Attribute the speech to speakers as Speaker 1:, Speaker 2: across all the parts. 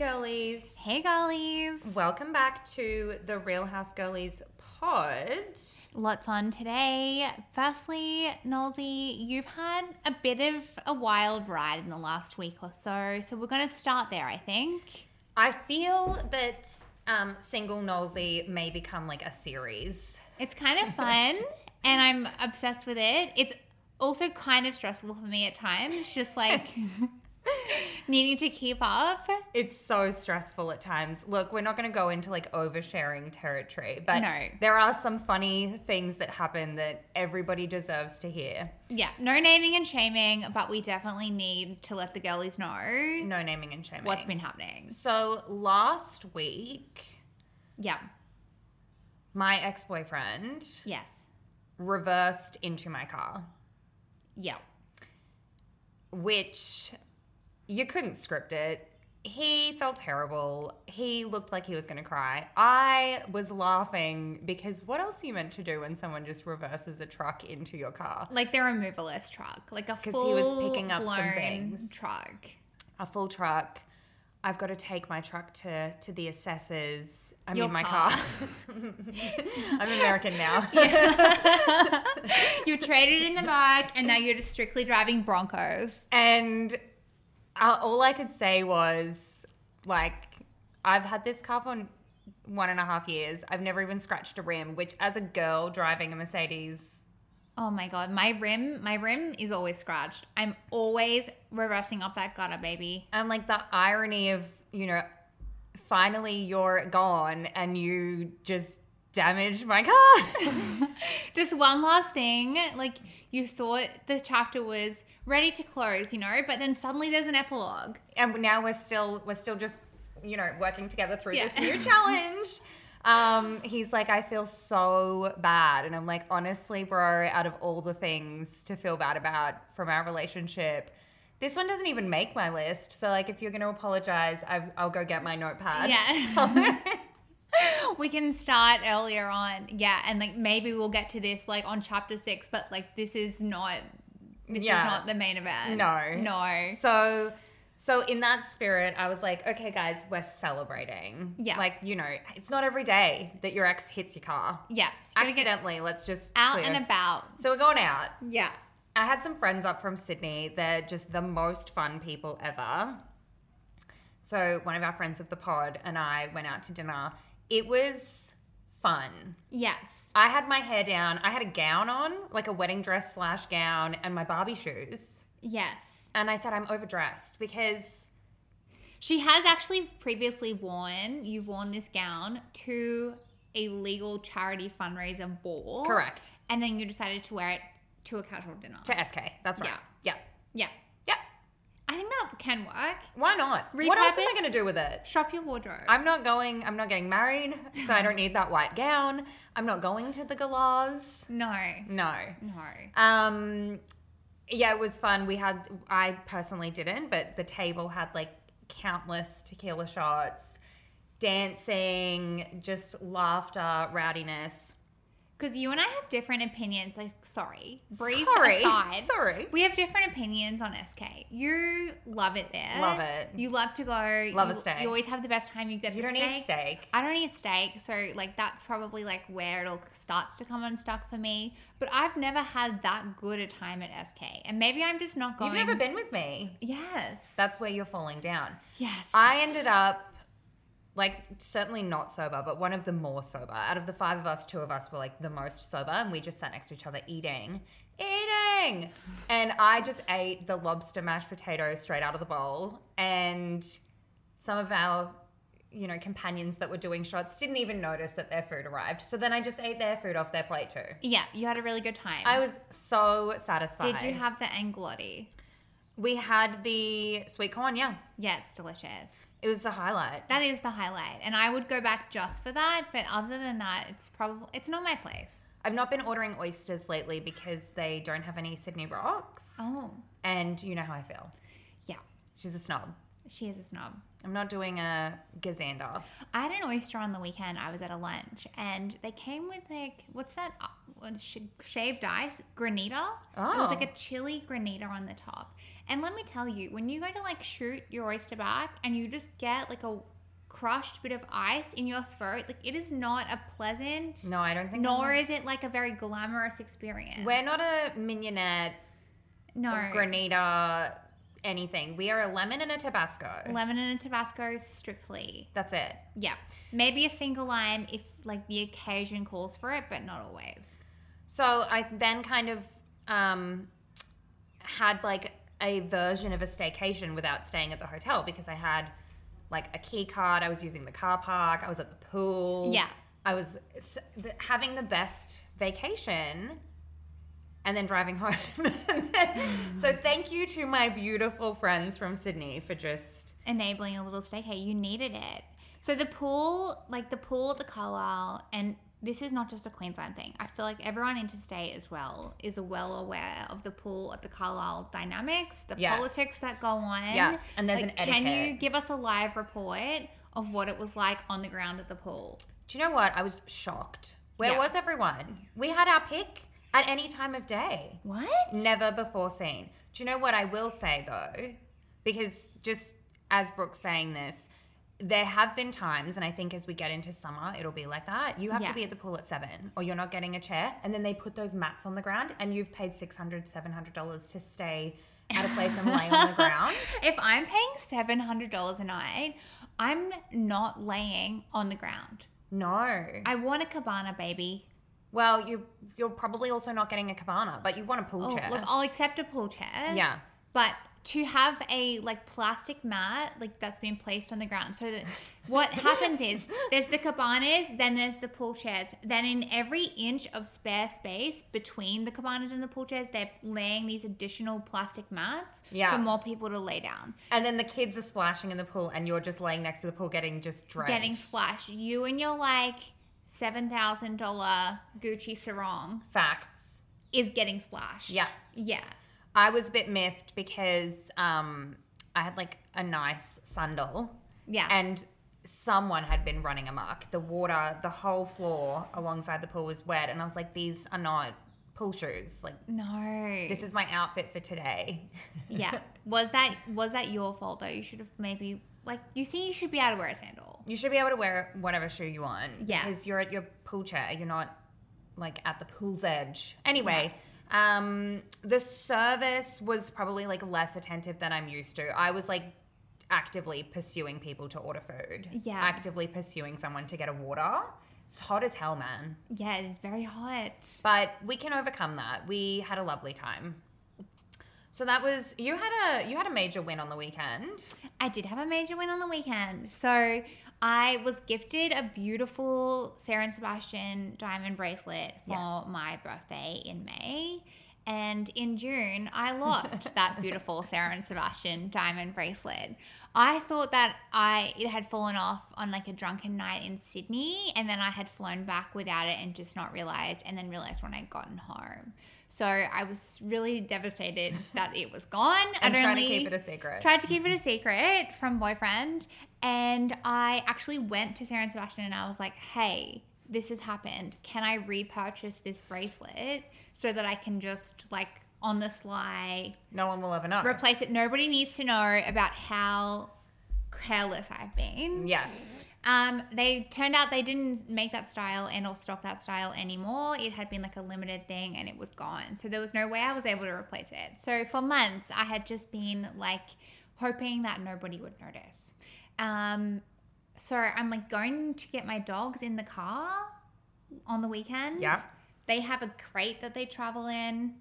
Speaker 1: girlies.
Speaker 2: Hey, girlies.
Speaker 1: Welcome back to the Real House Girlies pod.
Speaker 2: Lots on today. Firstly, Nolsey, you've had a bit of a wild ride in the last week or so. So we're going to start there, I think.
Speaker 1: I feel that um, Single Nosy may become like a series.
Speaker 2: It's kind of fun and I'm obsessed with it. It's also kind of stressful for me at times, just like needing to keep up.
Speaker 1: It's so stressful at times. Look, we're not going to go into like oversharing territory, but
Speaker 2: No.
Speaker 1: there are some funny things that happen that everybody deserves to hear.
Speaker 2: Yeah, no naming and shaming, but we definitely need to let the girlies know
Speaker 1: No naming and shaming.
Speaker 2: what's been happening.
Speaker 1: so last week,
Speaker 2: Yeah,
Speaker 1: my ex boyfriend
Speaker 2: yes,
Speaker 1: reversed into my car.
Speaker 2: yeah.
Speaker 1: which you couldn't script it. He felt terrible. He looked like he was going to cry. I was laughing because what else are you meant to do when someone just reverses a truck into your car?
Speaker 2: Like the removalist truck, like a
Speaker 1: he
Speaker 2: full
Speaker 1: was picking up some
Speaker 2: blown
Speaker 1: things.
Speaker 2: truck.
Speaker 1: A full truck. I've got to take my truck to to the assessors. I'm
Speaker 2: Your
Speaker 1: in my
Speaker 2: car.
Speaker 1: car. I'm American now.
Speaker 2: you traded in the mark, and now you're just strictly driving Broncos.
Speaker 1: And uh, all I could say was, like, I've had this car for one and a half years. I've never even scratched a rim, which, as a girl driving a Mercedes,
Speaker 2: Oh my god, my rim, my rim is always scratched. I'm always reversing up that gutter, baby.
Speaker 1: and like the irony of, you know, finally you're gone and you just damaged my car.
Speaker 2: Just one last thing, like you thought the chapter was ready to close, you know, but then suddenly there's an epilogue.
Speaker 1: and now we're still we're still just you know working together through
Speaker 2: Yeah.
Speaker 1: this new challenge um he's like i feel so bad and i'm like honestly bro out of all the things to feel bad about from our relationship this one doesn't even make my list so like if you're going to apologize I've, i'll go get my notepad
Speaker 2: Yeah. we can start earlier on. Yeah, and like maybe we'll get to this like on chapter six, but like this is not this
Speaker 1: Yeah.
Speaker 2: is not the main event.
Speaker 1: no
Speaker 2: No.
Speaker 1: so so in that spirit i was like okay guys we're celebrating
Speaker 2: Yeah.
Speaker 1: like you know it's not every day that your ex hits your car
Speaker 2: Yeah. Just gotta get
Speaker 1: accidentally let's just
Speaker 2: out
Speaker 1: clear.
Speaker 2: and about.
Speaker 1: So we're going out.
Speaker 2: Yeah.
Speaker 1: I had some friends up from Sydney. They're just the most fun people ever. So one of our friends of the pod and I went out to dinner. It was fun.
Speaker 2: Yes.
Speaker 1: I had my hair down. I had a gown on, like a wedding dress slash gown, and my Barbie shoes.
Speaker 2: Yes.
Speaker 1: And I said I'm overdressed because
Speaker 2: She has actually previously worn, you've worn this gown to a legal charity fundraiser ball.
Speaker 1: correct
Speaker 2: And then you decided to wear it to a casual dinner.
Speaker 1: to SK. That's right. Yeah.
Speaker 2: yeah.
Speaker 1: Yeah.
Speaker 2: I think that can work.
Speaker 1: Why not? What else am I
Speaker 2: Repurpose?
Speaker 1: going to do with it?
Speaker 2: Shop your wardrobe.
Speaker 1: I'm not going. I'm not getting married, so I don't need that white gown. I'm not going to the galas.
Speaker 2: no.
Speaker 1: No.
Speaker 2: No.
Speaker 1: Um, yeah, it was fun. We had, I personally didn't, but the table had like countless tequila shots, dancing, just laughter, rowdiness.
Speaker 2: Because you and I have different opinions. Like, sorry. Brief
Speaker 1: Sorry.
Speaker 2: aside.
Speaker 1: Sorry.
Speaker 2: We have different opinions on SK. You love it there.
Speaker 1: Love it.
Speaker 2: You love to go.
Speaker 1: Love a
Speaker 2: you,
Speaker 1: steak.
Speaker 2: You always have the best time. You get
Speaker 1: You
Speaker 2: the
Speaker 1: don't
Speaker 2: steak.
Speaker 1: eat steak.
Speaker 2: I don't eat steak, so like that's probably like where it all starts to come unstuck for me. But I've never had that good a time at SK, and maybe I'm just not going.
Speaker 1: You've never been with me.
Speaker 2: Yes.
Speaker 1: That's where you're falling down.
Speaker 2: Yes.
Speaker 1: I ended up like certainly not sober, but one of the more sober. Out of the five of us, two of us were like the most sober, and we just sat next to each other eating, eating. And I just ate the lobster mashed potato straight out of the bowl, and some of our you know companions that were doing shots didn't even notice that their food arrived. So then I just ate their food off their plate too.
Speaker 2: yeah, you had a really good time.
Speaker 1: I was so satisfied.
Speaker 2: Did you have the anglotti?
Speaker 1: We had the sweet corn, yeah.
Speaker 2: Yeah, it's delicious.
Speaker 1: It was the highlight.
Speaker 2: That is the highlight, and I would go back just for that. But other than that, it's probably it's not my place.
Speaker 1: I've not been ordering oysters lately because they don't have any Sydney rocks.
Speaker 2: Oh,
Speaker 1: And you know how I feel.
Speaker 2: yeah,
Speaker 1: She's a snob.
Speaker 2: she is a snob.
Speaker 1: I'm not doing a gazander.
Speaker 2: I had an oyster on the weekend. I was at a lunch, and they came with like what's that? uh, what is sh- Shaved ice granita. It was like
Speaker 1: Oh.
Speaker 2: a chili granita on the top. And let me tell you, when you go to like shoot your oyster back, and you just get like a crushed bit of ice in your throat. Like it is not a pleasant,
Speaker 1: No, I don't think.
Speaker 2: nor
Speaker 1: I'm-
Speaker 2: is it like a very glamorous experience.
Speaker 1: We're not a mignonette,
Speaker 2: no
Speaker 1: a grenada, anything. We are a lemon and a Tabasco.
Speaker 2: lemon and a Tabasco strictly.
Speaker 1: That's it.
Speaker 2: Yeah, maybe a finger lime if like the occasion calls for it, but not always.
Speaker 1: So I then kind of um, had like a version of a staycation without staying at the hotel because I had like a key card. I was using the car park. I was at the pool.
Speaker 2: Yeah.
Speaker 1: I was s- th- having the best vacation and then driving home. so thank you to my beautiful friends from Sydney for just.
Speaker 2: enabling a little staycay. You needed it. So the pool, like the pool at the Carlisle, and this is not just a Queensland thing. I feel like everyone interstate as well is well aware of the pool at the Carlisle dynamics, the
Speaker 1: Yes.
Speaker 2: politics that go on.
Speaker 1: Yes, and there's
Speaker 2: Like,
Speaker 1: an
Speaker 2: Can you
Speaker 1: etiquette.
Speaker 2: give us a live report of what it was like on the ground at the pool?
Speaker 1: Do you know what? I was shocked. Where
Speaker 2: Yeah.
Speaker 1: was everyone? We had our pick at any time of day.
Speaker 2: What?
Speaker 1: Never before seen. Do you know what I will say though? Because just as Brooke's saying this, there have been times, and I think as we get into summer, it'll be like that. You have
Speaker 2: Yeah.
Speaker 1: to be at the pool at seven, or you're not getting a chair. And then they put those mats on the ground, and you've paid $600, $700 to stay at a place and lay on the ground.
Speaker 2: If I'm paying seven hundred dollars a night, I'm not laying on the ground.
Speaker 1: No.
Speaker 2: I want a cabana, baby.
Speaker 1: Well, you, you're probably also not getting a cabana, but you want a pool
Speaker 2: Oh,
Speaker 1: chair.
Speaker 2: look, I'll accept a pool chair.
Speaker 1: yeah.
Speaker 2: but to have a like plastic mat like that's been placed on the ground so that what happens is there's the cabanas then there's the pool chairs then in every inch of spare space between the cabanas and the pool chairs they're laying these additional plastic mats
Speaker 1: Yeah.
Speaker 2: for more people to lay down
Speaker 1: And then the kids are splashing in the pool, and you're just laying next to the pool getting just drenched.
Speaker 2: getting splashed you and your like $7000 gucci sarong
Speaker 1: Facts.
Speaker 2: is getting splashed
Speaker 1: Yeah.
Speaker 2: yeah
Speaker 1: I was a bit miffed because um, I had like a nice sandal
Speaker 2: yeah
Speaker 1: and someone had been running amok. The water, the whole floor alongside the pool was wet. And I was like, these are not pool shoes. Like,
Speaker 2: no
Speaker 1: this is my outfit for today.
Speaker 2: yeah. Was that was that your fault though? You should have maybe like you think you should be able to wear a sandal.
Speaker 1: You should be able to wear whatever shoe you want.
Speaker 2: Yeah.
Speaker 1: Because you're at your pool chair. You're not like at the pool's edge. Anyway, um, the service was probably like less attentive than I'm used to. I was like actively pursuing people to order food.
Speaker 2: Yeah.
Speaker 1: Actively pursuing someone to get a water. It's hot as hell, man.
Speaker 2: Yeah, it is very hot.
Speaker 1: But we can overcome that. We had a lovely time. So that was you had a you had a major win on the weekend.
Speaker 2: I did have a major win on the weekend. So I was gifted a beautiful Sarah and Sebastian diamond bracelet for
Speaker 1: Yes.
Speaker 2: my birthday in May. And in June, I lost that beautiful Sarah and Sebastian diamond bracelet. I thought that I it had fallen off on like a drunken night in Sydney, and then I had flown back without it and just not realized, and then realized when I'd gotten home. So I was really devastated that it was gone.
Speaker 1: And
Speaker 2: I'd
Speaker 1: trying
Speaker 2: only-
Speaker 1: to keep it a secret.
Speaker 2: Tried to keep it a secret from boyfriend, and I actually went to Sarah and Sebastian and I was like, "Hey, this has happened. Can I repurchase this bracelet so that I can just like on the sly
Speaker 1: no one will ever know.
Speaker 2: replace it? Nobody needs to know about how careless I've been."
Speaker 1: yes.
Speaker 2: Um, they turned out they didn't make that style and or stock that style anymore. It had been like a limited thing and it was gone. So there was no way I was able to replace it. So for months I had just been like hoping that nobody would notice. Um, so I'm like going to get my dogs in the car on the weekend.
Speaker 1: Yeah.
Speaker 2: They have a crate that they travel in.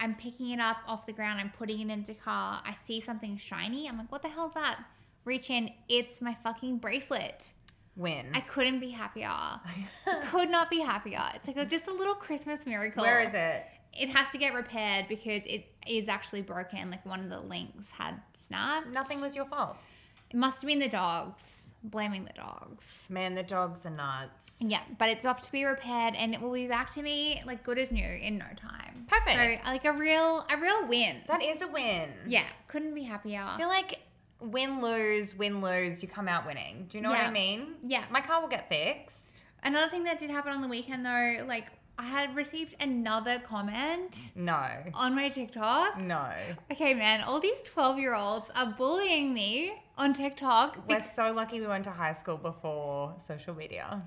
Speaker 2: I'm picking it up off the ground. I'm putting it into car. I see something shiny. I'm like, what the hell's that? Reach in. It's my fucking bracelet.
Speaker 1: Win.
Speaker 2: I couldn't be happier. Could not be happier. It's like a, just a little Christmas miracle.
Speaker 1: Where is it?
Speaker 2: It has to get repaired because it is actually broken. Like one of the links had snapped.
Speaker 1: Nothing was your fault.
Speaker 2: It must have been the dogs. Blaming the dogs.
Speaker 1: Man, the dogs are nuts.
Speaker 2: Yeah, but it's off to be repaired, and it will be back to me like good as new in no time.
Speaker 1: Perfect.
Speaker 2: So like a real, a real win.
Speaker 1: That is a win.
Speaker 2: Yeah, couldn't be happier.
Speaker 1: I feel like win lose, win lose, you come out winning. Do you know what
Speaker 2: Yeah.
Speaker 1: I mean?
Speaker 2: Yeah.
Speaker 1: My car will get fixed.
Speaker 2: Another thing that did happen on the weekend though, like I had received another comment
Speaker 1: No.
Speaker 2: on my TikTok.
Speaker 1: No.
Speaker 2: Okay, man, all these twelve-year-olds are bullying me on TikTok.
Speaker 1: We're
Speaker 2: bec-
Speaker 1: so lucky we went to high school before social media.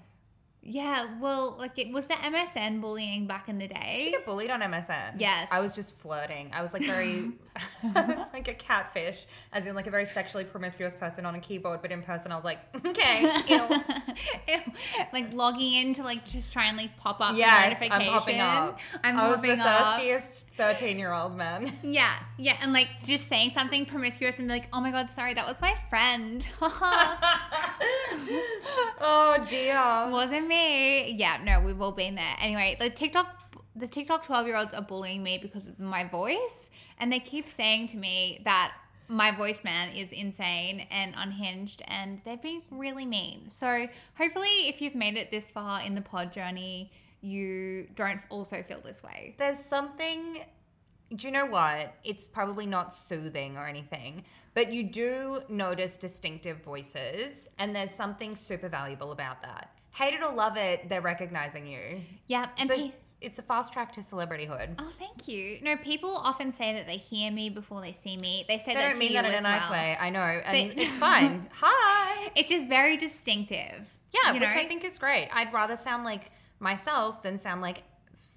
Speaker 2: yeah, well, like it was the MSN bullying back in the
Speaker 1: You
Speaker 2: day.
Speaker 1: get bullied on MSN.
Speaker 2: Yes.
Speaker 1: I was just flirting. I was like very, it's like a catfish, as in like a very sexually promiscuous person on a keyboard, but in person I was like, okay, ew.
Speaker 2: Ew. like logging in to like just try and like pop up the
Speaker 1: yes, I'm
Speaker 2: notification.
Speaker 1: popping up.
Speaker 2: I'm
Speaker 1: I was the
Speaker 2: popping up.
Speaker 1: thirstiest 13 year old man.
Speaker 2: Yeah, yeah, and like just saying something promiscuous and be like, oh my god, sorry, that was my friend. Haha.
Speaker 1: oh dear.
Speaker 2: Wasn't me. Yeah, no, we've all been there. Anyway, the TikTok, the TikTok twelve year olds are bullying me because of my voice, and they keep saying to me that my voice man is insane and unhinged, and they're being really mean. So hopefully, if you've made it this far in the pod journey, you don't also feel this way.
Speaker 1: There's something. Do you know what? It's probably not soothing or anything, but you do notice distinctive voices, and there's something super valuable about that. Hate it or love it, they're recognizing you.
Speaker 2: Yeah, and
Speaker 1: so
Speaker 2: pe-
Speaker 1: it's a fast track to celebrityhood.
Speaker 2: Oh, thank you. No, people often say that they hear me before they see me. They say
Speaker 1: They
Speaker 2: that
Speaker 1: don't
Speaker 2: to
Speaker 1: mean
Speaker 2: you
Speaker 1: that in
Speaker 2: as
Speaker 1: a nice
Speaker 2: well.
Speaker 1: way. I know, and
Speaker 2: They-
Speaker 1: it's fine. Hi.
Speaker 2: It's just very distinctive.
Speaker 1: Yeah,
Speaker 2: you
Speaker 1: which
Speaker 2: know?
Speaker 1: I think is great. I'd rather sound like myself than sound like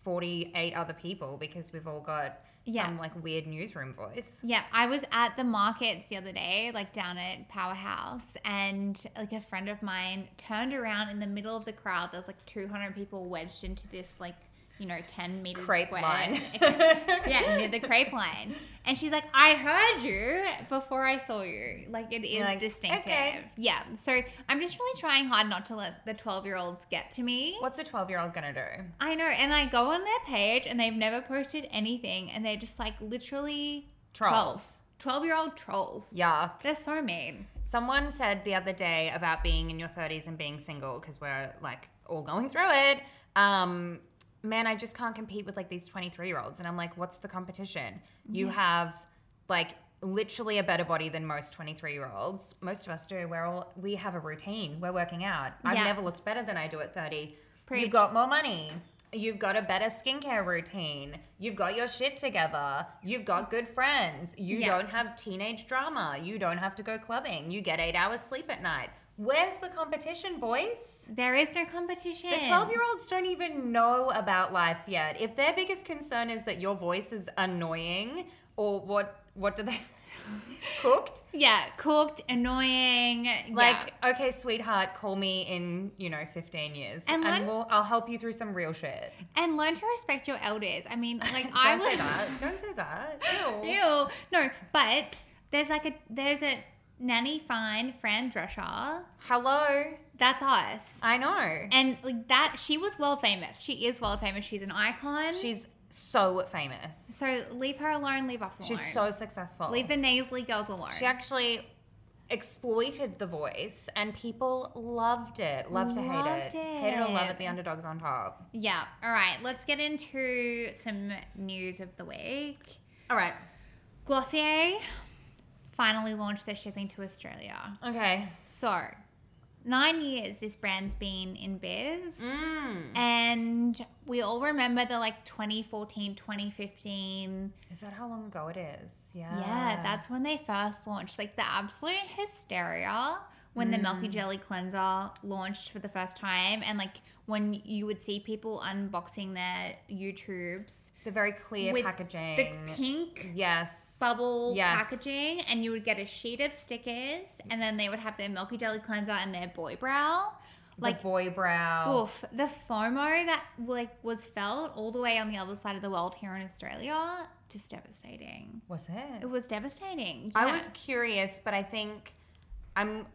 Speaker 1: 48 other people because we've all got
Speaker 2: Yeah.
Speaker 1: some like weird newsroom voice.
Speaker 2: Yeah, I was at the markets the other day, like down at Powerhouse, and like a friend of mine turned around in the middle of the crowd. There's like 200 people wedged into this like you know 10 meter
Speaker 1: Crepe
Speaker 2: square.
Speaker 1: line.
Speaker 2: yeah, near the crepe line, and she's like, "I heard you before I saw you. Like it is
Speaker 1: You're like,
Speaker 2: distinctive.
Speaker 1: "Okay."
Speaker 2: Yeah. So I'm just really trying hard not to let the 12 year olds get to me.
Speaker 1: What's a 12 year old gonna do?
Speaker 2: I know, and I go on their page and they've never posted anything, and they're just like literally
Speaker 1: Trolls.
Speaker 2: 12 year old trolls.
Speaker 1: Yeah.
Speaker 2: They're so mean.
Speaker 1: Someone said the other day about being in your 30s and being single because we're like all going through it. Um, man, I just can't compete with like these 23 year olds. And I'm like, what's the competition? You have like literally a better body than most 23 year olds. Most of us do. We're all, we have a routine. We're working out. I've
Speaker 2: Yeah.
Speaker 1: never looked better than I do at 30.
Speaker 2: Preach.
Speaker 1: You've got more money. You've got a better skincare routine. You've got your shit together. You've got good friends. You
Speaker 2: Yeah.
Speaker 1: don't have teenage drama. You don't have to go clubbing. You get eight hours sleep at night. Where's the competition, boys?
Speaker 2: There is no competition.
Speaker 1: The 12 year olds don't even know about life yet. If their biggest concern is that your voice is annoying or what, what do they say? Cooked?
Speaker 2: Yeah, cooked, annoying.
Speaker 1: Like,
Speaker 2: Like,
Speaker 1: okay, sweetheart, call me in, you know, 15 years
Speaker 2: And
Speaker 1: and,
Speaker 2: one-
Speaker 1: we'll, I'll help you through some real shit.
Speaker 2: and learn to respect your elders. I mean, like,
Speaker 1: Don't
Speaker 2: I
Speaker 1: say
Speaker 2: would.
Speaker 1: that. Don't say that. Ew.
Speaker 2: Ew. No, but there's like a there's a nanny fine Fran Drescher.
Speaker 1: Hello.
Speaker 2: That's us.
Speaker 1: I know.
Speaker 2: And like that, she was world famous. She is world famous. She's an icon.
Speaker 1: She's so famous.
Speaker 2: so leave her alone. Leave us alone.
Speaker 1: She's so successful.
Speaker 2: Leave the nasally girls alone.
Speaker 1: she actually exploited the voice and people loved it. Loved to
Speaker 2: Loved
Speaker 1: hate it. Hate it or love
Speaker 2: it.
Speaker 1: it, the underdog's on top.
Speaker 2: yeah. All right. Let's get into some news of the week.
Speaker 1: All right.
Speaker 2: Glossier finally launched their shipping to Australia.
Speaker 1: Okay.
Speaker 2: So, nine years this brand's been in biz.
Speaker 1: Mm.
Speaker 2: And we all remember the like 2014, 2015.
Speaker 1: Is that how long ago it is? Yeah.
Speaker 2: Yeah, that's when they first launched. Like the absolute hysteria when the Milky
Speaker 1: Mm.
Speaker 2: Jelly Cleanser launched for the first time. And like when you would see people unboxing their YouTubes,
Speaker 1: the very clear
Speaker 2: With
Speaker 1: packaging.
Speaker 2: the pink
Speaker 1: yes.
Speaker 2: bubble
Speaker 1: Mm. Yes.
Speaker 2: packaging and you would get a sheet of stickers and then they would have their milky jelly cleanser and their boy brow like
Speaker 1: the boy brow.
Speaker 2: oof the fomo that like was felt all the way on the other side of the world here in australia just devastating
Speaker 1: Was it?
Speaker 2: it was devastating
Speaker 1: I
Speaker 2: Yeah.
Speaker 1: was curious, but I think I'm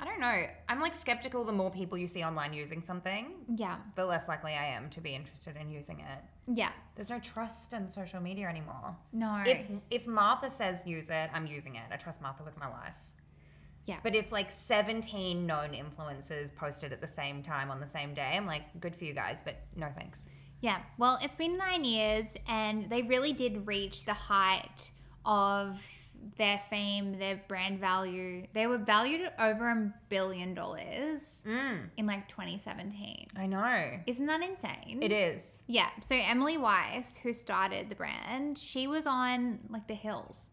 Speaker 1: I don't know. I'm like skeptical the more people you see online using something,
Speaker 2: yeah
Speaker 1: the less likely I am to be interested in using it.
Speaker 2: yeah
Speaker 1: There's no trust in social media anymore.
Speaker 2: no
Speaker 1: If if Martha says use it, I'm using it. I trust Martha with my life.
Speaker 2: Yeah.
Speaker 1: But if like 17 known influencers posted at the same time on the same day, I'm like, good for you guys, but no thanks.
Speaker 2: Yeah, well, it's been nine years, and they really did reach the height of their fame, their brand value. They were valued at over a billion dollars
Speaker 1: Mm,
Speaker 2: in like 2017.
Speaker 1: I know.
Speaker 2: Isn't that insane?
Speaker 1: It is.
Speaker 2: Yeah. So Emily Weiss, who started the brand, she was on like the hills.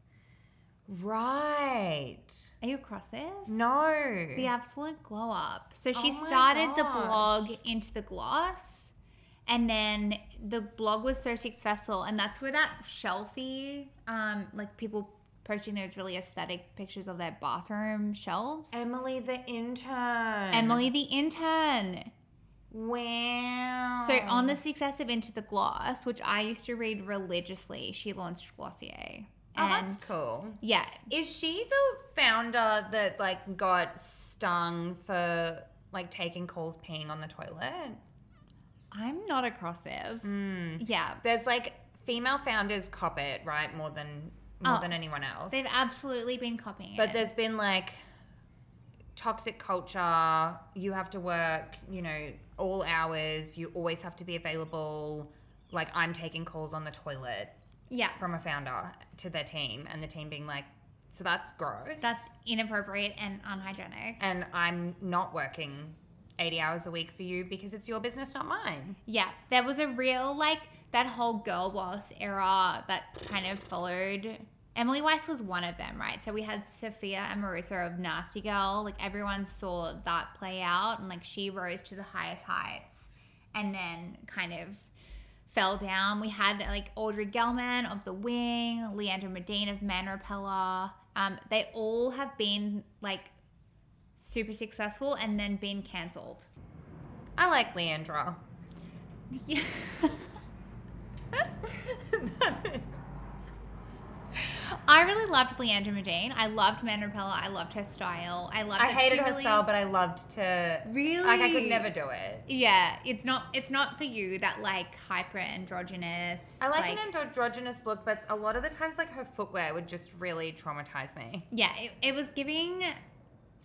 Speaker 1: Right.
Speaker 2: Are you across this?
Speaker 1: No.
Speaker 2: The absolute glow up. So she
Speaker 1: Oh my
Speaker 2: started the
Speaker 1: gosh.
Speaker 2: blog into the gloss, and then the blog was so successful, and that's where that shelfie, um, like people posting those really aesthetic pictures of their bathroom shelves.
Speaker 1: Emily the intern.
Speaker 2: Emily the intern.
Speaker 1: Wow.
Speaker 2: So on
Speaker 1: Oh.
Speaker 2: the success of Into the Gloss, which I used to read religiously, she launched Glossier.
Speaker 1: Oh, that's cool.
Speaker 2: Yeah,
Speaker 1: Is she the founder that like got stung for like taking calls peeing on the toilet?
Speaker 2: I'm not across this. Yeah,
Speaker 1: Mm. There's like female founders cop it, right? More than more
Speaker 2: Oh.
Speaker 1: than anyone else.
Speaker 2: they've absolutely been copying
Speaker 1: But
Speaker 2: it.
Speaker 1: there's been like toxic culture. You have to work, you know, all hours. You always have to be available. Like I'm taking calls on the toilet
Speaker 2: yeah,
Speaker 1: from a founder to their team, and the team being like, "So that's gross."
Speaker 2: that's inappropriate and unhygienic.
Speaker 1: and I'm not working 80 hours a week for you because it's your business, not mine.
Speaker 2: Yeah, there was a real like that whole girl boss era that kind of followed. Emily Weiss was one of them, right? So we had Sophia Amoruso of Nasty Girl. Like everyone saw that play out, and like she rose to the highest heights, and then kind of fell down. We had like Audrey Gelman of The Wing, Leandra Medine of Man Repeller. Um, they all have been like super successful and then been cancelled.
Speaker 1: I like Leandra.
Speaker 2: Yeah. I really loved Leandra Medine. I loved Man Repella. I loved her style. I loved.
Speaker 1: I
Speaker 2: that
Speaker 1: hated
Speaker 2: she
Speaker 1: her
Speaker 2: really,
Speaker 1: style, but I loved to.
Speaker 2: Really,
Speaker 1: Like, I could never do it.
Speaker 2: Yeah, it's not. It's not for you. That like hyper androgynous.
Speaker 1: I like, an androgynous look, but a lot of the times, like, her footwear would just really traumatize me.
Speaker 2: Yeah, it, it was giving.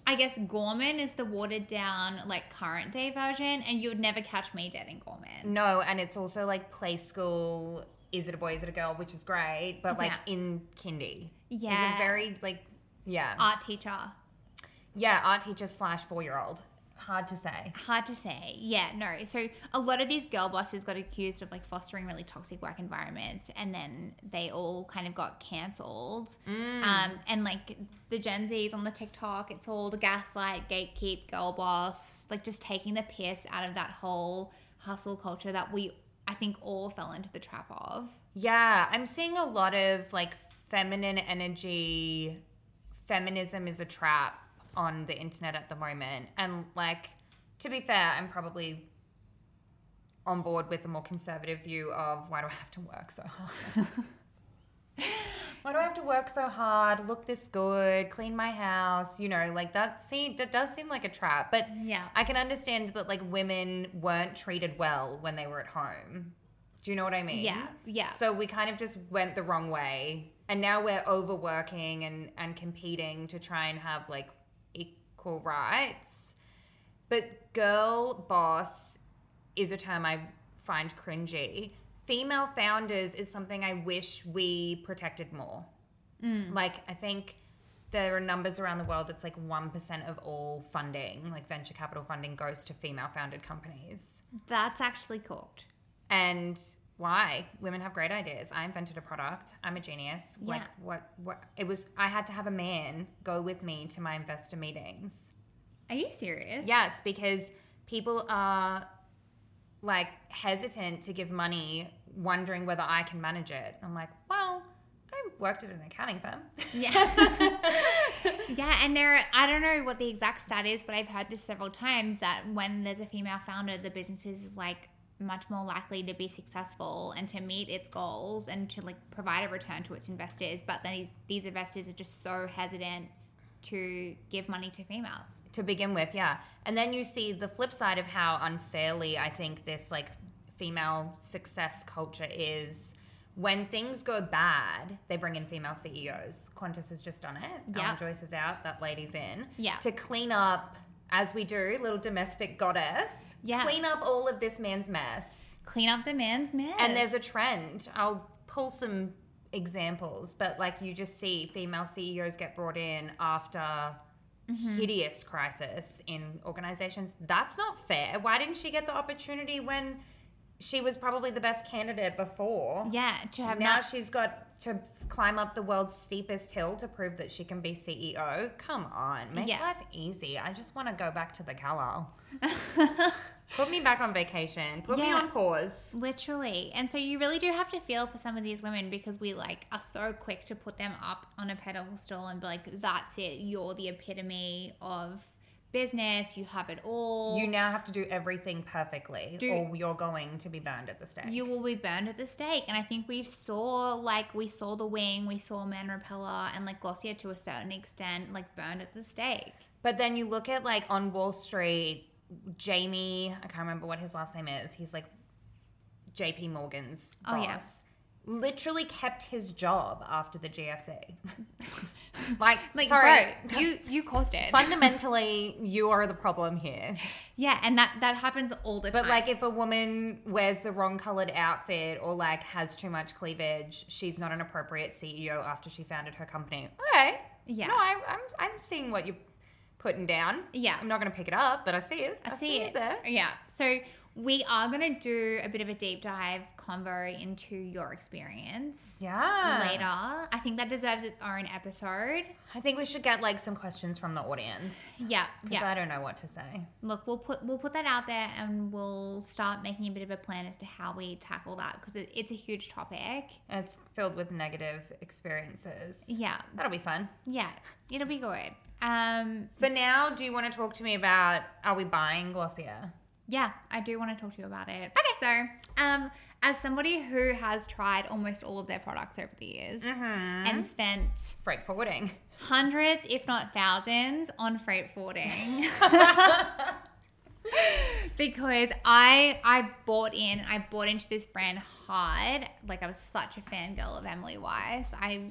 Speaker 2: I guess Gorman is the watered down like current day version, and you would never catch me dead in Gorman.
Speaker 1: No, and it's also like play school. Is it a boy? Is it a girl? Which is great, but like
Speaker 2: Yeah.
Speaker 1: in kindy,
Speaker 2: Yeah. Uh,
Speaker 1: it's a very like, yeah,
Speaker 2: Art teacher.
Speaker 1: yeah, art teacher slash four year old. Hard to say.
Speaker 2: Hard to say. Yeah, no. So a lot of these girl bosses got accused of like fostering really toxic work environments, and then they all kind of got cancelled. Um, and like the Gen Zs on the TikTok, it's all the gaslight, gatekeep, girl boss, like just taking the piss out of that whole hustle culture that we, I think, all fell into the trap of.
Speaker 1: Yeah, I'm seeing a lot of like feminine energy. Feminism is a trap on the internet at the moment. And like, to be fair, I'm probably on board with a more conservative view of why do I have to work so hard? why do I have to work so hard? Look this good, clean my house, you know, like that seem that does seem like a trap. But
Speaker 2: Yeah.
Speaker 1: I can understand that like women weren't treated well when they were at home. Do you know what I mean?
Speaker 2: Yeah, yeah.
Speaker 1: So we kind of just went the wrong way. And now we're overworking and, and competing to try and have like equal rights. But girl boss is a term I find cringy. Female founders is something I wish we protected more. Like, I think there are numbers around the world that's like 1% of all funding, like venture capital funding, goes to female founded companies.
Speaker 2: That's actually cooked.
Speaker 1: And why? Women have great ideas. I invented a product. I'm a genius.
Speaker 2: Yeah.
Speaker 1: Like what what it was I had to have a man go with me to my investor meetings.
Speaker 2: Are you serious?
Speaker 1: Yes, because people are like hesitant to give money wondering whether I can manage it. I'm like, well, I worked at an accounting firm.
Speaker 2: Yeah. yeah, and there are, I don't know what the exact stat is, but I've heard this several times that when there's a female founder, the business is like much more likely to be successful and to meet its goals and to like provide a return to its investors, but then these, these investors are just so hesitant to give money to females.
Speaker 1: to begin with, yeah. And then you see the flip side of how unfairly I think this like female success culture is. When things go bad, they bring in female CEOs. Qantas has just done it.
Speaker 2: Yeah.
Speaker 1: Alan Joyce is out. That lady's in.
Speaker 2: Yeah.
Speaker 1: To clean up, as we do, little domestic goddess.
Speaker 2: Yeah.
Speaker 1: Clean up all of this man's mess.
Speaker 2: Clean up the man's mess.
Speaker 1: And there's a trend. I'll pull some examples, but like you just see female CEOs get brought in after
Speaker 2: Mm-hmm.
Speaker 1: hideous crisis in organizations. That's not fair. Why didn't she get the opportunity when she was probably the best candidate before.
Speaker 2: Yeah, to have
Speaker 1: now
Speaker 2: not.
Speaker 1: she's got to climb up the world's steepest hill to prove that she can be CEO. Come on, make
Speaker 2: Yeah.
Speaker 1: life easy. I just want to go back to the Calal. Put me back on vacation. Put me
Speaker 2: Yeah.
Speaker 1: on pause.
Speaker 2: Literally. And so you really do have to feel for some of these women because we like are so quick to put them up on a pedestal and be like, that's it, you're the epitome of business, you have it all.
Speaker 1: You now have to do everything perfectly,
Speaker 2: Do-
Speaker 1: or you're going to be burned at the stake.
Speaker 2: you will be burned at the stake. And I think we saw like we saw the wing, we saw Man Repeller and like Glossier to a certain extent, like burned at the stake.
Speaker 1: But then you look at like on Wall Street, Jamie, I can't remember what his last name is. He's like JP Morgan's boss.
Speaker 2: Oh, yeah.
Speaker 1: Literally kept his job after the GFC. like,
Speaker 2: Like
Speaker 1: sorry.
Speaker 2: bro, you you caused it.
Speaker 1: Fundamentally, you are the problem here.
Speaker 2: Yeah, and that that happens all the
Speaker 1: But
Speaker 2: time.
Speaker 1: like, if a woman wears the wrong colored outfit or like has too much cleavage, she's not an appropriate CEO after she founded her company. Okay.
Speaker 2: Yeah.
Speaker 1: No, I, I'm I'm seeing what you're putting down.
Speaker 2: Yeah.
Speaker 1: I'm not gonna pick it up, but I see it.
Speaker 2: I see, it.
Speaker 1: there.
Speaker 2: Yeah. So we are going to do a bit of a deep dive convo into your experience
Speaker 1: Yeah.
Speaker 2: later. I think that deserves its own episode.
Speaker 1: I think we should get like some questions from the audience
Speaker 2: Yeah.
Speaker 1: because
Speaker 2: Yeah.
Speaker 1: I don't know what to say.
Speaker 2: Look, we'll put we'll put that out there and we'll start making a bit of a plan as to how we tackle that because it, it's a huge topic.
Speaker 1: It's filled with negative experiences.
Speaker 2: Yeah.
Speaker 1: That'll be fun.
Speaker 2: Yeah. It'll be good. Um
Speaker 1: For now, do you want to talk to me about are we buying Glossier?
Speaker 2: Yeah, I do want to talk to you about it. Okay. So, um, as somebody who has tried almost all of their products over the years
Speaker 1: Mm-hmm. Hmm.
Speaker 2: and spent
Speaker 1: Freight forwarding.
Speaker 2: hundreds, if not thousands, on freight forwarding. because I I bought in, I bought into this brand hard. Like I was such a fangirl of Emily Weiss. I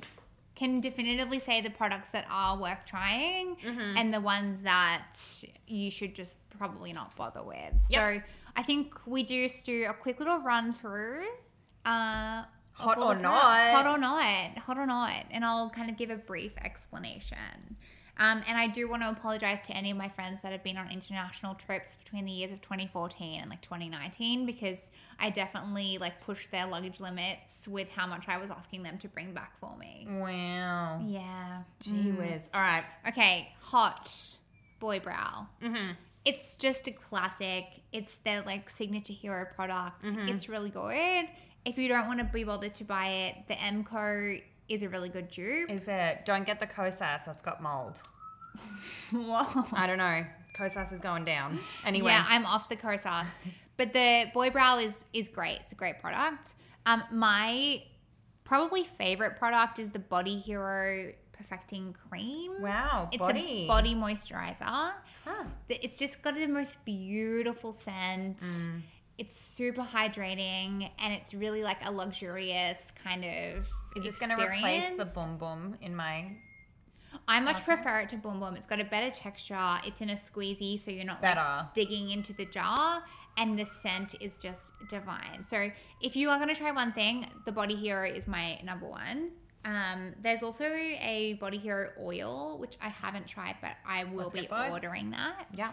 Speaker 2: can definitively say the products that are worth trying
Speaker 1: Mm-hmm.
Speaker 2: and the ones that you should just probably not bother with. So I think we just do a quick little run through. Uh, of
Speaker 1: Hot
Speaker 2: all
Speaker 1: or
Speaker 2: the products.
Speaker 1: not.
Speaker 2: Hot or not, hot or not, and I'll kind of give a brief explanation. Um, and I do want to apologize to any of my friends that have been on international trips between the years of 2014 and like 2019 because I definitely like pushed their luggage limits with how much I was asking them to bring back for me.
Speaker 1: Mm. Wow.
Speaker 2: Yeah.
Speaker 1: Gee whiz. All right.
Speaker 2: Okay, hot boy brow.
Speaker 1: Mm-hmm.
Speaker 2: It's just a classic. It's their like signature hero product.
Speaker 1: Mm-hmm.
Speaker 2: It's really good. If you don't want to be bothered to buy it, the MCO is a really good dupe.
Speaker 1: Is it? Don't get the Kosas. That's got mold.
Speaker 2: Whoa.
Speaker 1: I don't know. Kosas is going down. Anyway.
Speaker 2: Yeah, I'm off the Corsas. but the Boy Brow is is great. It's a great product. Um, my probably favorite product is the Body Hero Perfecting Cream.
Speaker 1: wow.
Speaker 2: It's
Speaker 1: body.
Speaker 2: a body moisturizer.
Speaker 1: Huh.
Speaker 2: The- It's just got the most beautiful scent.
Speaker 1: Mm.
Speaker 2: It's super hydrating and it's really like a luxurious kind of.
Speaker 1: Is this going to replace the
Speaker 2: experience.
Speaker 1: boom boom in my
Speaker 2: I much prefer it to Boom Boom. It's got a better texture. It's in a squeezy, so you're not
Speaker 1: Better.
Speaker 2: like digging into the jar, and the scent is just divine. So if you are gonna try one thing, the Body Hero is my number one. Um, there's also a Body Hero oil which I haven't tried, but I will
Speaker 1: Let's
Speaker 2: be
Speaker 1: get both.
Speaker 2: ordering that.
Speaker 1: Yeah.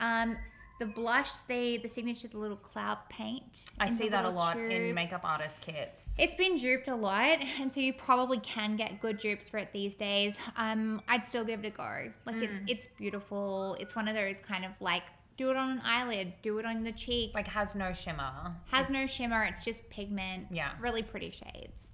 Speaker 2: Um, the blush, the the signature, the little cloud paint.
Speaker 1: I
Speaker 2: in
Speaker 1: see
Speaker 2: the
Speaker 1: that a
Speaker 2: little
Speaker 1: lot in
Speaker 2: tube.
Speaker 1: makeup artist kits.
Speaker 2: It's been duped a lot, and so you probably can get good dupes for it these days. Um, I'd still give it a go. Like it,
Speaker 1: Mm.
Speaker 2: it's beautiful. It's one of those kind of like do it on an eyelid, do it on the cheek.
Speaker 1: Like has no shimmer.
Speaker 2: Has no shimmer. It's just pigment.
Speaker 1: Yeah.
Speaker 2: really pretty shades.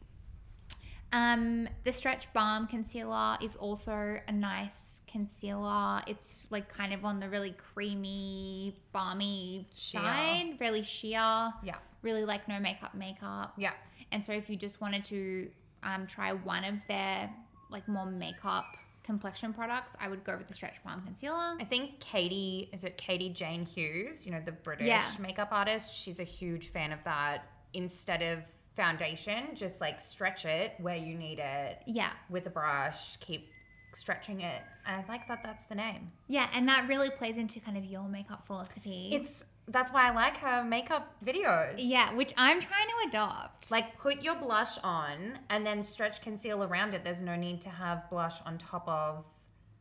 Speaker 2: Um, the stretch balm concealer is also a nice concealer. It's like kind of on the really creamy, balmy
Speaker 1: Sheer.
Speaker 2: side, really sheer.
Speaker 1: Yeah.
Speaker 2: Really like no makeup, makeup.
Speaker 1: Yeah.
Speaker 2: And so if you just wanted to um, try one of their like more makeup complexion products, I would go with the stretch balm concealer.
Speaker 1: I think Katie, is it Katie Jane Hughes, you know, the British
Speaker 2: Yeah.
Speaker 1: makeup artist? She's a huge fan of that. Instead of foundation, just like stretch it where you need it
Speaker 2: Yeah.
Speaker 1: with a brush, keep stretching it. And I like that that's the name.
Speaker 2: Yeah, and that really plays into kind of your makeup philosophy.
Speaker 1: It's that's why I like her makeup videos.
Speaker 2: yeah, which I'm trying to adopt.
Speaker 1: Like put your blush on and then stretch conceal around it. There's no need to have blush on top of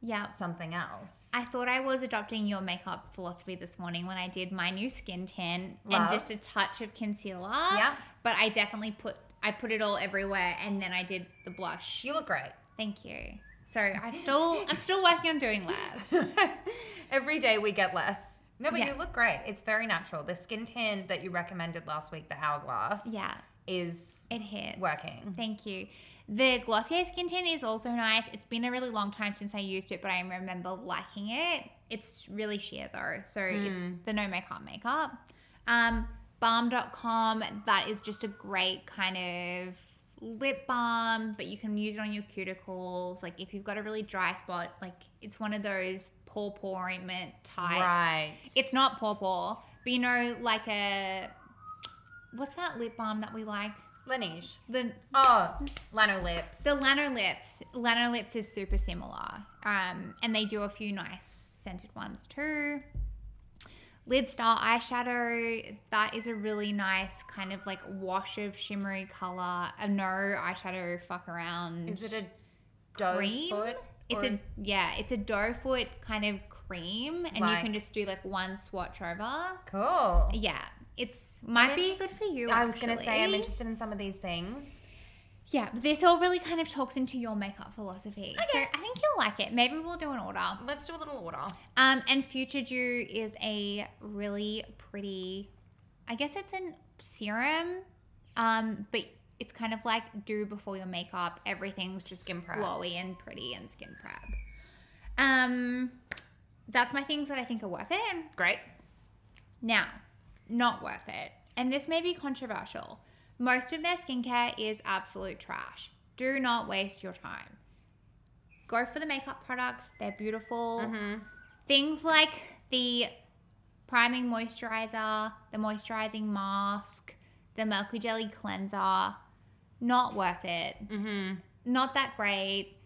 Speaker 2: Yeah.
Speaker 1: something else.
Speaker 2: I thought I was adopting your makeup philosophy this morning when I did my new skin tint and
Speaker 1: Love.
Speaker 2: just a touch of concealer.
Speaker 1: Yeah.
Speaker 2: But I definitely put I put it all everywhere and then I did the blush.
Speaker 1: you look great.
Speaker 2: Thank you. So I still I'm still working on doing less.
Speaker 1: Every day we get less. No, but
Speaker 2: Yeah.
Speaker 1: you look great. It's very natural. The skin tint that you recommended last week, the hourglass,
Speaker 2: Yeah.
Speaker 1: is
Speaker 2: It hits. Mm-hmm.
Speaker 1: working.
Speaker 2: Thank you. The Glossier Skin Tint is also nice. It's been a really long time since I used it, but I remember liking it. It's really sheer though, so
Speaker 1: Hmm.
Speaker 2: it's the no makeup makeup. Um, balm.com, that is just a great kind of lip balm, but you can use it on your cuticles. Like if you've got a really dry spot, like it's one of those pore pore ointment type
Speaker 1: right.
Speaker 2: it's not paw paw, but you know, like a what's that lip balm that we like?
Speaker 1: Laneige.
Speaker 2: The
Speaker 1: Oh, Lano lips.
Speaker 2: the Lano Lips. Lano Lips is super similar, um, and they do a few nice scented ones too. Lid Star eyeshadow. That is a really nice kind of like wash of shimmery color. A no eyeshadow fuck around.
Speaker 1: is it a doe
Speaker 2: cream?
Speaker 1: foot?
Speaker 2: It's
Speaker 1: or-
Speaker 2: a yeah. It's a doe foot kind of cream, and you
Speaker 1: Like-
Speaker 2: can just do like one swatch over.
Speaker 1: cool.
Speaker 2: Yeah, it's might be good
Speaker 1: interested-
Speaker 2: for you.
Speaker 1: I was going to
Speaker 2: actually.
Speaker 1: say I'm interested in some of these things.
Speaker 2: Yeah, but this all really kind of talks into your makeup philosophy. So I think you'll like it. Maybe we'll do an order.
Speaker 1: Let's do a little order.
Speaker 2: Um, and Future Dew is a really pretty. I guess it's a serum, um, but it's kind of like do before your makeup. Everything's just
Speaker 1: Skin prep.
Speaker 2: glowy and pretty and skin prep. Um, that's my things that I think are worth it.
Speaker 1: Great.
Speaker 2: Now, not worth it. And this may be controversial. Most of their skincare is absolute trash. Do not waste your time. Go for the makeup products, they're beautiful. Things like the priming moisturizer, the moisturizing mask, the milky jelly cleanser, not worth it.
Speaker 1: Mm-hmm.
Speaker 2: Not that great.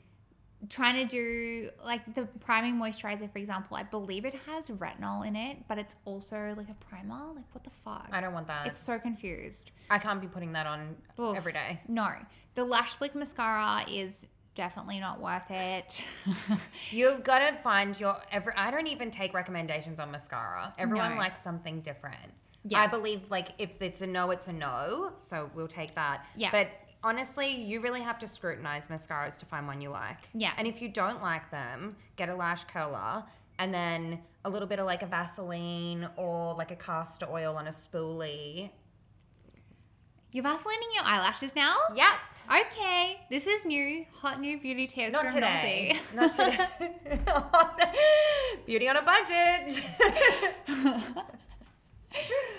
Speaker 2: Trying to do like the priming moisturizer, for example, I believe it has retinol in it, but it's also like a primer. Like, what the fuck?
Speaker 1: I don't want that.
Speaker 2: It's so confused.
Speaker 1: I can't be putting that on
Speaker 2: Oof.
Speaker 1: every day.
Speaker 2: No, the lash lick mascara is definitely not worth it.
Speaker 1: You've got to find your every. I don't even take recommendations on mascara. Everyone
Speaker 2: No.
Speaker 1: likes something different.
Speaker 2: Yeah.
Speaker 1: I believe like if it's a no, it's a no. So we'll take that.
Speaker 2: Yeah.
Speaker 1: But honestly, you really have to scrutinize mascaras to find one you like.
Speaker 2: Yeah.
Speaker 1: And if you don't like them, get a lash curler and then a little bit of like a Vaseline or like a castor oil on a spoolie.
Speaker 2: You're vaselining your eyelashes now?
Speaker 1: Yep.
Speaker 2: Okay, this is new, hot new beauty tips
Speaker 1: Not
Speaker 2: from
Speaker 1: today.
Speaker 2: Nosy.
Speaker 1: Not today. Beauty on a budget.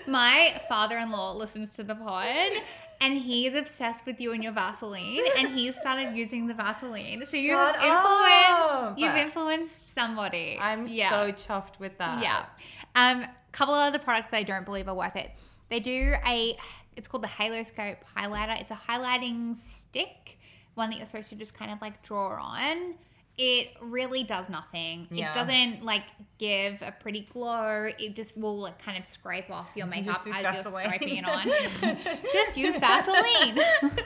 Speaker 2: My father-in-law listens to the pod, and he's obsessed with you and your Vaseline, and he's started using the Vaseline. So you've
Speaker 1: Shut
Speaker 2: influenced.
Speaker 1: up.
Speaker 2: You've influenced somebody.
Speaker 1: I'm
Speaker 2: Yeah.
Speaker 1: so chuffed with that.
Speaker 2: Yeah. Um, couple of other products that I don't believe are worth it. They do a, it's called the Haloscope highlighter. It's a highlighting stick, one that you're supposed to just kind of like draw on. It really does nothing.
Speaker 1: Yeah.
Speaker 2: It doesn't like give a pretty glow. It just will like kind of scrape off your makeup as
Speaker 1: Just use
Speaker 2: you're
Speaker 1: Vaseline.
Speaker 2: scraping it on. just use Vaseline.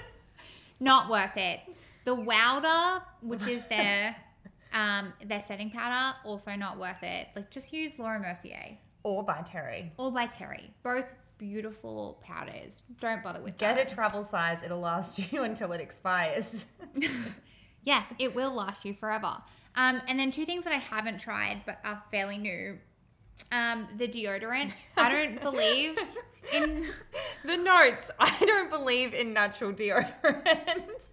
Speaker 2: Not worth it. The Wowder, which is their um, their setting powder, also not worth it. Like just use Laura Mercier
Speaker 1: Or by Terry.
Speaker 2: or by Terry. Both beautiful powders. Don't bother with
Speaker 1: Get
Speaker 2: that.
Speaker 1: a travel size, it'll last you until it expires.
Speaker 2: Yes, it will last you forever. Um, and then two things that I haven't tried but are fairly new. Um, the deodorant. I don't believe in
Speaker 1: the notes I don't believe in natural deodorant.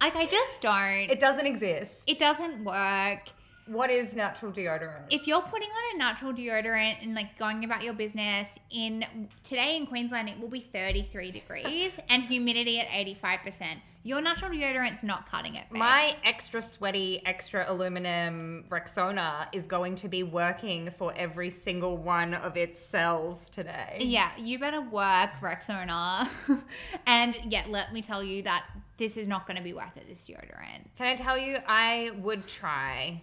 Speaker 2: like I just don't.
Speaker 1: It doesn't exist.
Speaker 2: it doesn't work.
Speaker 1: What is natural deodorant?
Speaker 2: if you're putting on a natural deodorant and like going about your business in today in Queensland, it will be 33 degrees and humidity at 85%. Your natural deodorant's not cutting it. babe.
Speaker 1: My extra sweaty, extra aluminum Rexona is going to be working for every single one of its cells today.
Speaker 2: yeah, you better work Rexona, and yeah, let me tell you that this is not going to be worth it. This deodorant.
Speaker 1: Can I tell you, I would try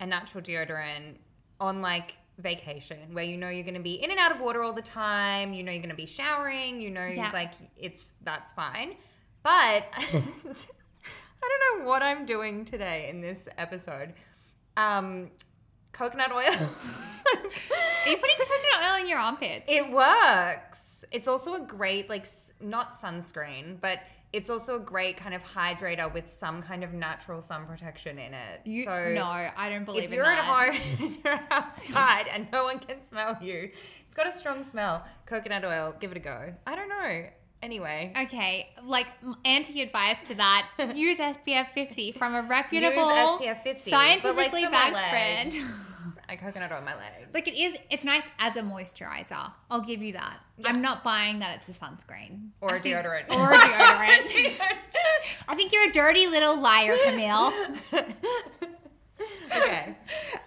Speaker 1: a natural deodorant on like vacation where you know you're going to be in and out of water all the time, you know you're going to be showering, you know,
Speaker 2: Yeah.
Speaker 1: like it's that's fine. But I don't know what I'm doing today in this episode. um, coconut oil.
Speaker 2: Are you putting coconut oil in your armpits?
Speaker 1: It works. It's also a great like s- not sunscreen, but it's also a great kind of hydrator with some kind of natural sun protection in it.
Speaker 2: You,
Speaker 1: so
Speaker 2: no, I don't believe
Speaker 1: if
Speaker 2: in
Speaker 1: you're
Speaker 2: that.
Speaker 1: at home, and you're outside, and no one can smell you. It's got a strong smell. Coconut oil. Give it a go. I don't know. Anyway,
Speaker 2: Okay, like anti advice to that: use SPF 50 from a
Speaker 1: use
Speaker 2: reputable,
Speaker 1: SPF 50. but, like,
Speaker 2: scientifically
Speaker 1: for my
Speaker 2: backed
Speaker 1: legs.
Speaker 2: brand.
Speaker 1: I coconut oil on my legs.
Speaker 2: Like it is, it's nice as a moisturizer. I'll give you that. I'm not buying that it's a sunscreen
Speaker 1: Or
Speaker 2: I
Speaker 1: a
Speaker 2: think-
Speaker 1: deodorant.
Speaker 2: Or a deodorant. I think you're a dirty little liar, Camille.
Speaker 1: okay.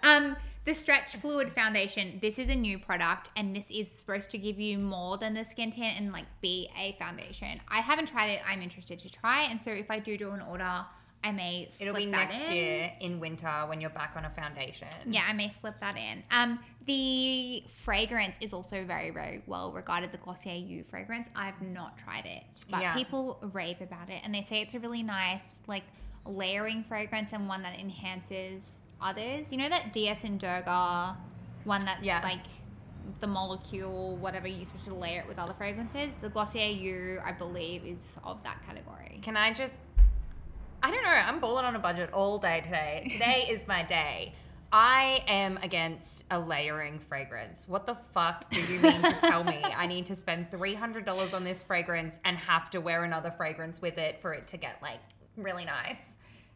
Speaker 2: Um, the Stretch Fluid Foundation. This is a new product, and this is supposed to give you more than the skin tint and like be a foundation. I haven't tried it. I'm interested to try, and so if I do do an order, I may.
Speaker 1: It'll
Speaker 2: slip
Speaker 1: be
Speaker 2: that
Speaker 1: next
Speaker 2: in.
Speaker 1: year in winter when you're back on a foundation.
Speaker 2: Yeah, I may slip that in. Um, the fragrance is also very, very well regarded. The Glossier U fragrance. I've not tried it, but
Speaker 1: Yeah.
Speaker 2: people rave about it, and they say it's a really nice, like, layering fragrance and one that enhances others. You know that DS and Durga one that's
Speaker 1: Yes.
Speaker 2: like the molecule, whatever you're supposed to layer it with other fragrances. The Glossier U, I believe, is of that category.
Speaker 1: Can I just? I don't know. I'm balling on a budget all day today. Today is my day. I am against a layering fragrance. What the fuck do you mean to tell me I need to spend $300 on this fragrance and have to wear another fragrance with it for it to get like really nice?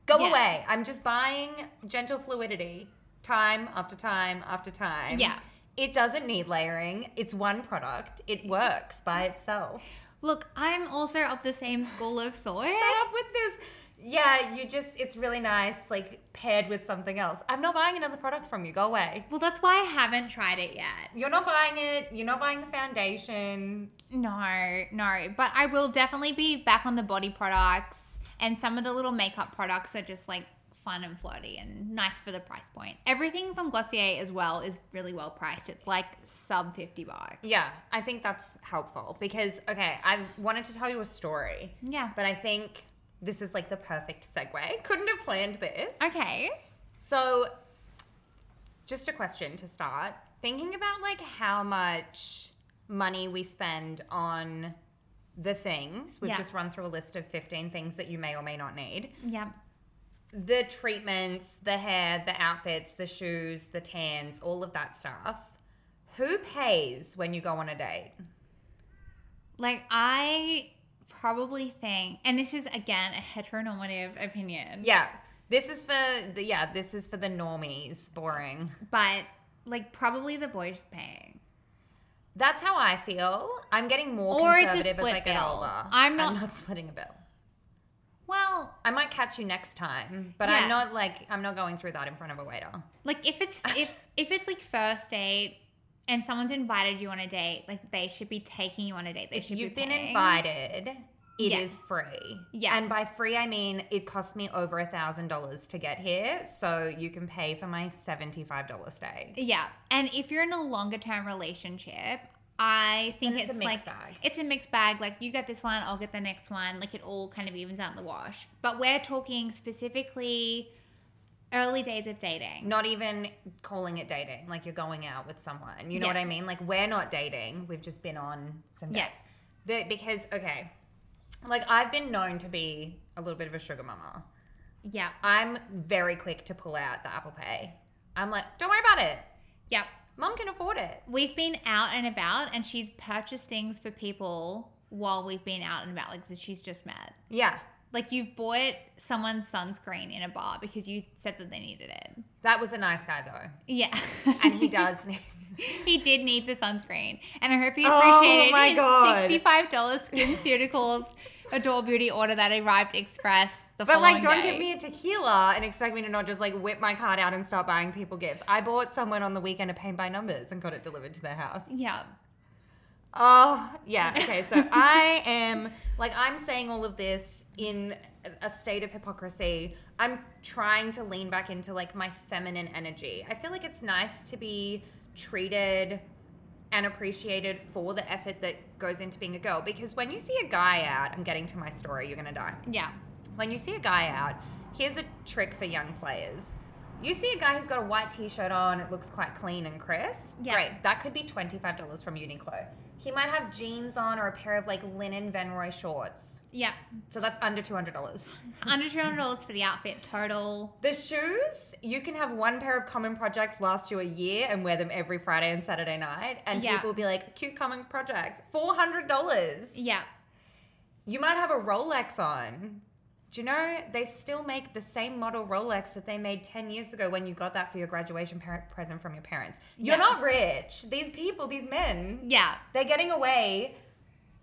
Speaker 1: Go
Speaker 2: Yeah.
Speaker 1: away. I'm just buying gentle fluidity time after time after time.
Speaker 2: Yeah.
Speaker 1: It doesn't need layering. It's one product. It works by itself.
Speaker 2: Look, I'm also of the same school of thought.
Speaker 1: Shut up with this. Yeah, you just, it's really nice, like paired with something else. I'm not buying another product from you. Go away.
Speaker 2: Well, that's why I haven't tried it yet.
Speaker 1: You're not buying it. You're not buying the foundation.
Speaker 2: No, no, but I will definitely be back on the body products and some of the little makeup products are just like fun and flirty and nice for the price point. Everything from Glossier as well is really well priced. It's like sub 50 bucks.
Speaker 1: Yeah, I think that's helpful because, okay, I wanted to tell you a story,
Speaker 2: Yeah.
Speaker 1: but I think this is like the perfect segue. Couldn't have planned this.
Speaker 2: Okay.
Speaker 1: So, just a question to start. Thinking about like how much money we spend on the things. We've
Speaker 2: Yeah.
Speaker 1: just run through a list of 15 things that you may or may not need.
Speaker 2: Yep.
Speaker 1: The treatments, the hair, the outfits, the shoes, the tans, all of that stuff. Who pays when you go on a date?
Speaker 2: Like I probably think and this is again a heteronormative opinion.
Speaker 1: Yeah. This is for the yeah, this is for the normies. Boring.
Speaker 2: But like probably the boys paying.
Speaker 1: That's how I feel. I'm getting more
Speaker 2: Or it's a
Speaker 1: conservative as
Speaker 2: split
Speaker 1: I get
Speaker 2: bill.
Speaker 1: older.
Speaker 2: I'm not-
Speaker 1: I'm not splitting a bill.
Speaker 2: Well,
Speaker 1: I might catch you next time, but
Speaker 2: Mm. Yeah.
Speaker 1: I'm not like I'm not going through that in front of a waiter.
Speaker 2: Like if it's if if it's like first date and someone's invited you on a date, like they should be taking you on a date. They
Speaker 1: If
Speaker 2: should
Speaker 1: you've
Speaker 2: be
Speaker 1: been
Speaker 2: paying.
Speaker 1: invited, it is
Speaker 2: Yeah.
Speaker 1: free.
Speaker 2: Yeah.
Speaker 1: and by free I mean it cost me over a thousand dollars to get here, so you can pay for my seventy-five dollar stay.
Speaker 2: Yeah, and if you're in a longer term relationship, I think
Speaker 1: Then it's a
Speaker 2: like
Speaker 1: mixed bag.
Speaker 2: it's a mixed bag. Like you get this one, I'll get the next one. Like it all kind of evens out in the wash. But we're talking specifically early days of dating.
Speaker 1: Not even calling it dating, like you're going out with someone. You know
Speaker 2: Yeah.
Speaker 1: what I mean? Like we're not dating; we've just been on some
Speaker 2: Yeah.
Speaker 1: dates. The- because okay, like I've been known to be a little bit of a sugar mama.
Speaker 2: Yeah,
Speaker 1: I'm very quick to pull out the Apple Pay. I'm like, don't worry about it.
Speaker 2: yeah.
Speaker 1: Mom can afford it.
Speaker 2: We've been out and about, and she's purchased things for people while we've been out and about. Like that she's just met.
Speaker 1: Yeah.
Speaker 2: Like you've bought someone's sunscreen in a bar because you said that they needed it.
Speaker 1: That was a nice guy though.
Speaker 2: Yeah.
Speaker 1: And he does. need-
Speaker 2: he did need the sunscreen. And I hope he
Speaker 1: Oh
Speaker 2: appreciated
Speaker 1: my
Speaker 2: his
Speaker 1: God.
Speaker 2: $65 SkinCeuticals Adore Beauty order that arrived express the
Speaker 1: but
Speaker 2: following
Speaker 1: like, don't
Speaker 2: day.
Speaker 1: give me a tequila and expect me to not just like whip my card out and start buying people gifts. I bought someone on the weekend a paint by numbers and got it delivered to their house.
Speaker 2: Yeah.
Speaker 1: Oh, yeah. Okay, so I am like I'm saying all of this in a- a state of hypocrisy. I'm trying to lean back into like my feminine energy. I feel like it's nice to be treated and appreciated for the effort that goes into being a girl because when you see a guy out, I'm getting to my story, you're going to die
Speaker 2: Yeah.
Speaker 1: when you see a guy out, here's a trick for young players. You see a guy who's got a white t-shirt on, it looks quite clean and crisp.
Speaker 2: Yeah.
Speaker 1: Great. That could be $25 from Uniqlo. He might have jeans on or a pair of like linen Van Roy shorts.
Speaker 2: Yeah.
Speaker 1: So that's under $200.
Speaker 2: Under two hundred dollars for the outfit total.
Speaker 1: The shoes, you can have one pair of common projects last you a year and wear them every Friday and Saturday night and
Speaker 2: Yeah.
Speaker 1: people will be like, "Cute common projects, $400."
Speaker 2: Yeah.
Speaker 1: You might have a Rolex on. Do you know they still make the same model Rolex that they made 10 years ago when you got that for your graduation par- present from your parents? You're
Speaker 2: Yeah.
Speaker 1: not rich. These people, these men,
Speaker 2: Yeah.
Speaker 1: they're getting away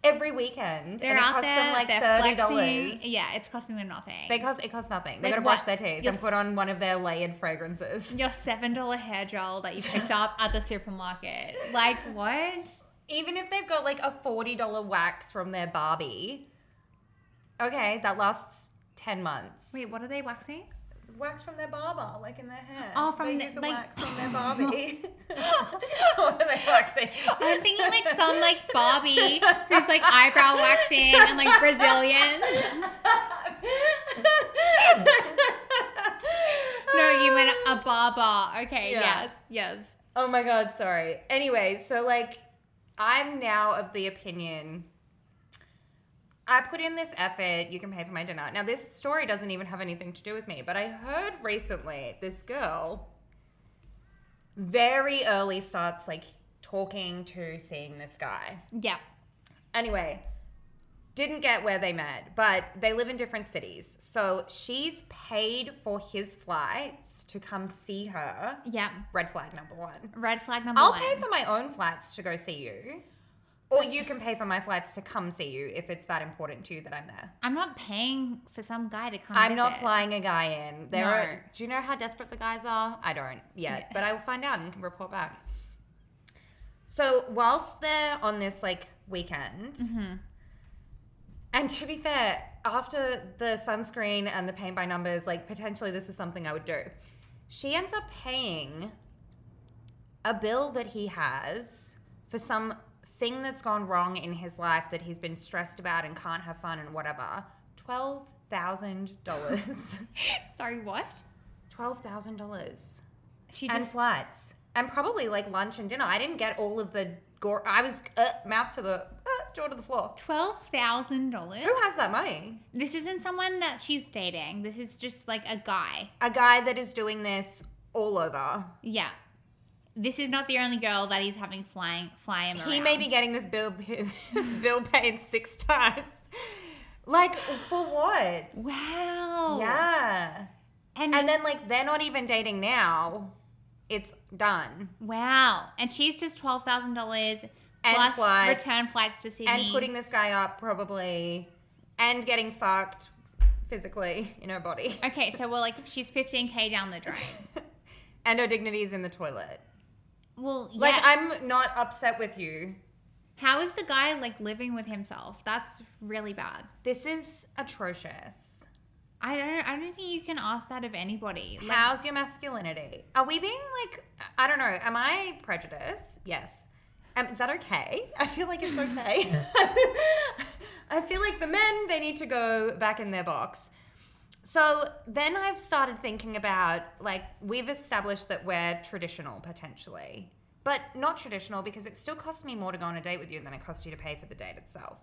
Speaker 1: every weekend.
Speaker 2: They're
Speaker 1: and it
Speaker 2: out
Speaker 1: costs
Speaker 2: there.
Speaker 1: them like
Speaker 2: they're
Speaker 1: $30.
Speaker 2: flexing. Yeah, it's costing them nothing.
Speaker 1: They cost, it costs nothing. They
Speaker 2: Like
Speaker 1: gotta
Speaker 2: what?
Speaker 1: brush their teeth
Speaker 2: Your
Speaker 1: and put
Speaker 2: s-
Speaker 1: on one of their layered fragrances.
Speaker 2: Your seven dollar hair gel that you picked up at the supermarket. Like what?
Speaker 1: Even if they've got like a $40 wax from their Barbie, okay, that lasts 10 months.
Speaker 2: Wait, what are they waxing?
Speaker 1: wax from their barber, like in their hair.
Speaker 2: Oh, from
Speaker 1: they
Speaker 2: the-
Speaker 1: use a
Speaker 2: like-
Speaker 1: wax from their Barbie. what are they waxing?
Speaker 2: I'm thinking like some like Bobby who's like eyebrow waxing and like Brazilian. No, you meant a barber. Okay,
Speaker 1: Yeah.
Speaker 2: yes, yes.
Speaker 1: Oh my god, sorry. Anyway, so like, I'm now of the opinion. I put in this effort, you can pay for my dinner. Now, this story doesn't even have anything to do with me, but I heard recently this girl very early starts like talking to seeing this guy.
Speaker 2: Yeah.
Speaker 1: Anyway, didn't get where they met, but they live in different cities. So she's paid for his flights to come see her.
Speaker 2: Yeah.
Speaker 1: Red flag number one.
Speaker 2: Red flag number
Speaker 1: I'll
Speaker 2: one.
Speaker 1: pay for my own flights to go see you. Or you can pay for my flights to come see you if it's that important to you that I'm there.
Speaker 2: I'm not paying for some guy to come.
Speaker 1: I'm not
Speaker 2: visit.
Speaker 1: flying a guy in. There
Speaker 2: No.
Speaker 1: are, do you know how desperate the guys are? I don't yet, but I will find out and can report back. So whilst they're on this like weekend, and to be fair, after the sunscreen and the paint by numbers, like potentially this is something I would do. She ends up paying a bill that he has for some thing that's gone wrong in his life that he's been stressed about and can't have fun and whatever. Twelve thousand dollars.
Speaker 2: Sorry, what?
Speaker 1: Twelve thousand dollars.
Speaker 2: She
Speaker 1: And
Speaker 2: just
Speaker 1: flights. And probably like lunch and dinner. I didn't get all of the gore. I was uh, mouth to the uh, jaw to the floor.
Speaker 2: twelve thousand dollars.
Speaker 1: Who has that money?
Speaker 2: This isn't someone that she's dating. This is just like a guy.
Speaker 1: A guy that is doing this all over.
Speaker 2: Yeah. This is not the only girl that he's having flying fly him around.
Speaker 1: He may be getting this bill this bill paid six times. Like for what?
Speaker 2: Wow.
Speaker 1: Yeah.
Speaker 2: And,
Speaker 1: And then like they're not even dating now. It's done.
Speaker 2: wow. And she's just twelve thousand dollars
Speaker 1: And
Speaker 2: plus
Speaker 1: flights.
Speaker 2: return flights to Sydney.
Speaker 1: And putting this guy up probably and getting fucked physically in her body.
Speaker 2: Okay, so we're like she's fifteen k down the drain.
Speaker 1: and her dignity is in the toilet.
Speaker 2: Well, yeah.
Speaker 1: Like I'm not upset with you.
Speaker 2: How is the guy like living with himself? That's really bad.
Speaker 1: This is atrocious.
Speaker 2: I don't. I don't think you can ask that of anybody. Like,
Speaker 1: How's your masculinity? Are we being like, I don't know, am I prejudiced? Yes. Um, is that okay? I feel like it's okay. I feel like the men, they need to go back in their box. So then I've started thinking about like, we've established that we're traditional potentially, but not traditional because it still costs me more to go on a date with you than it costs you to pay for the date itself.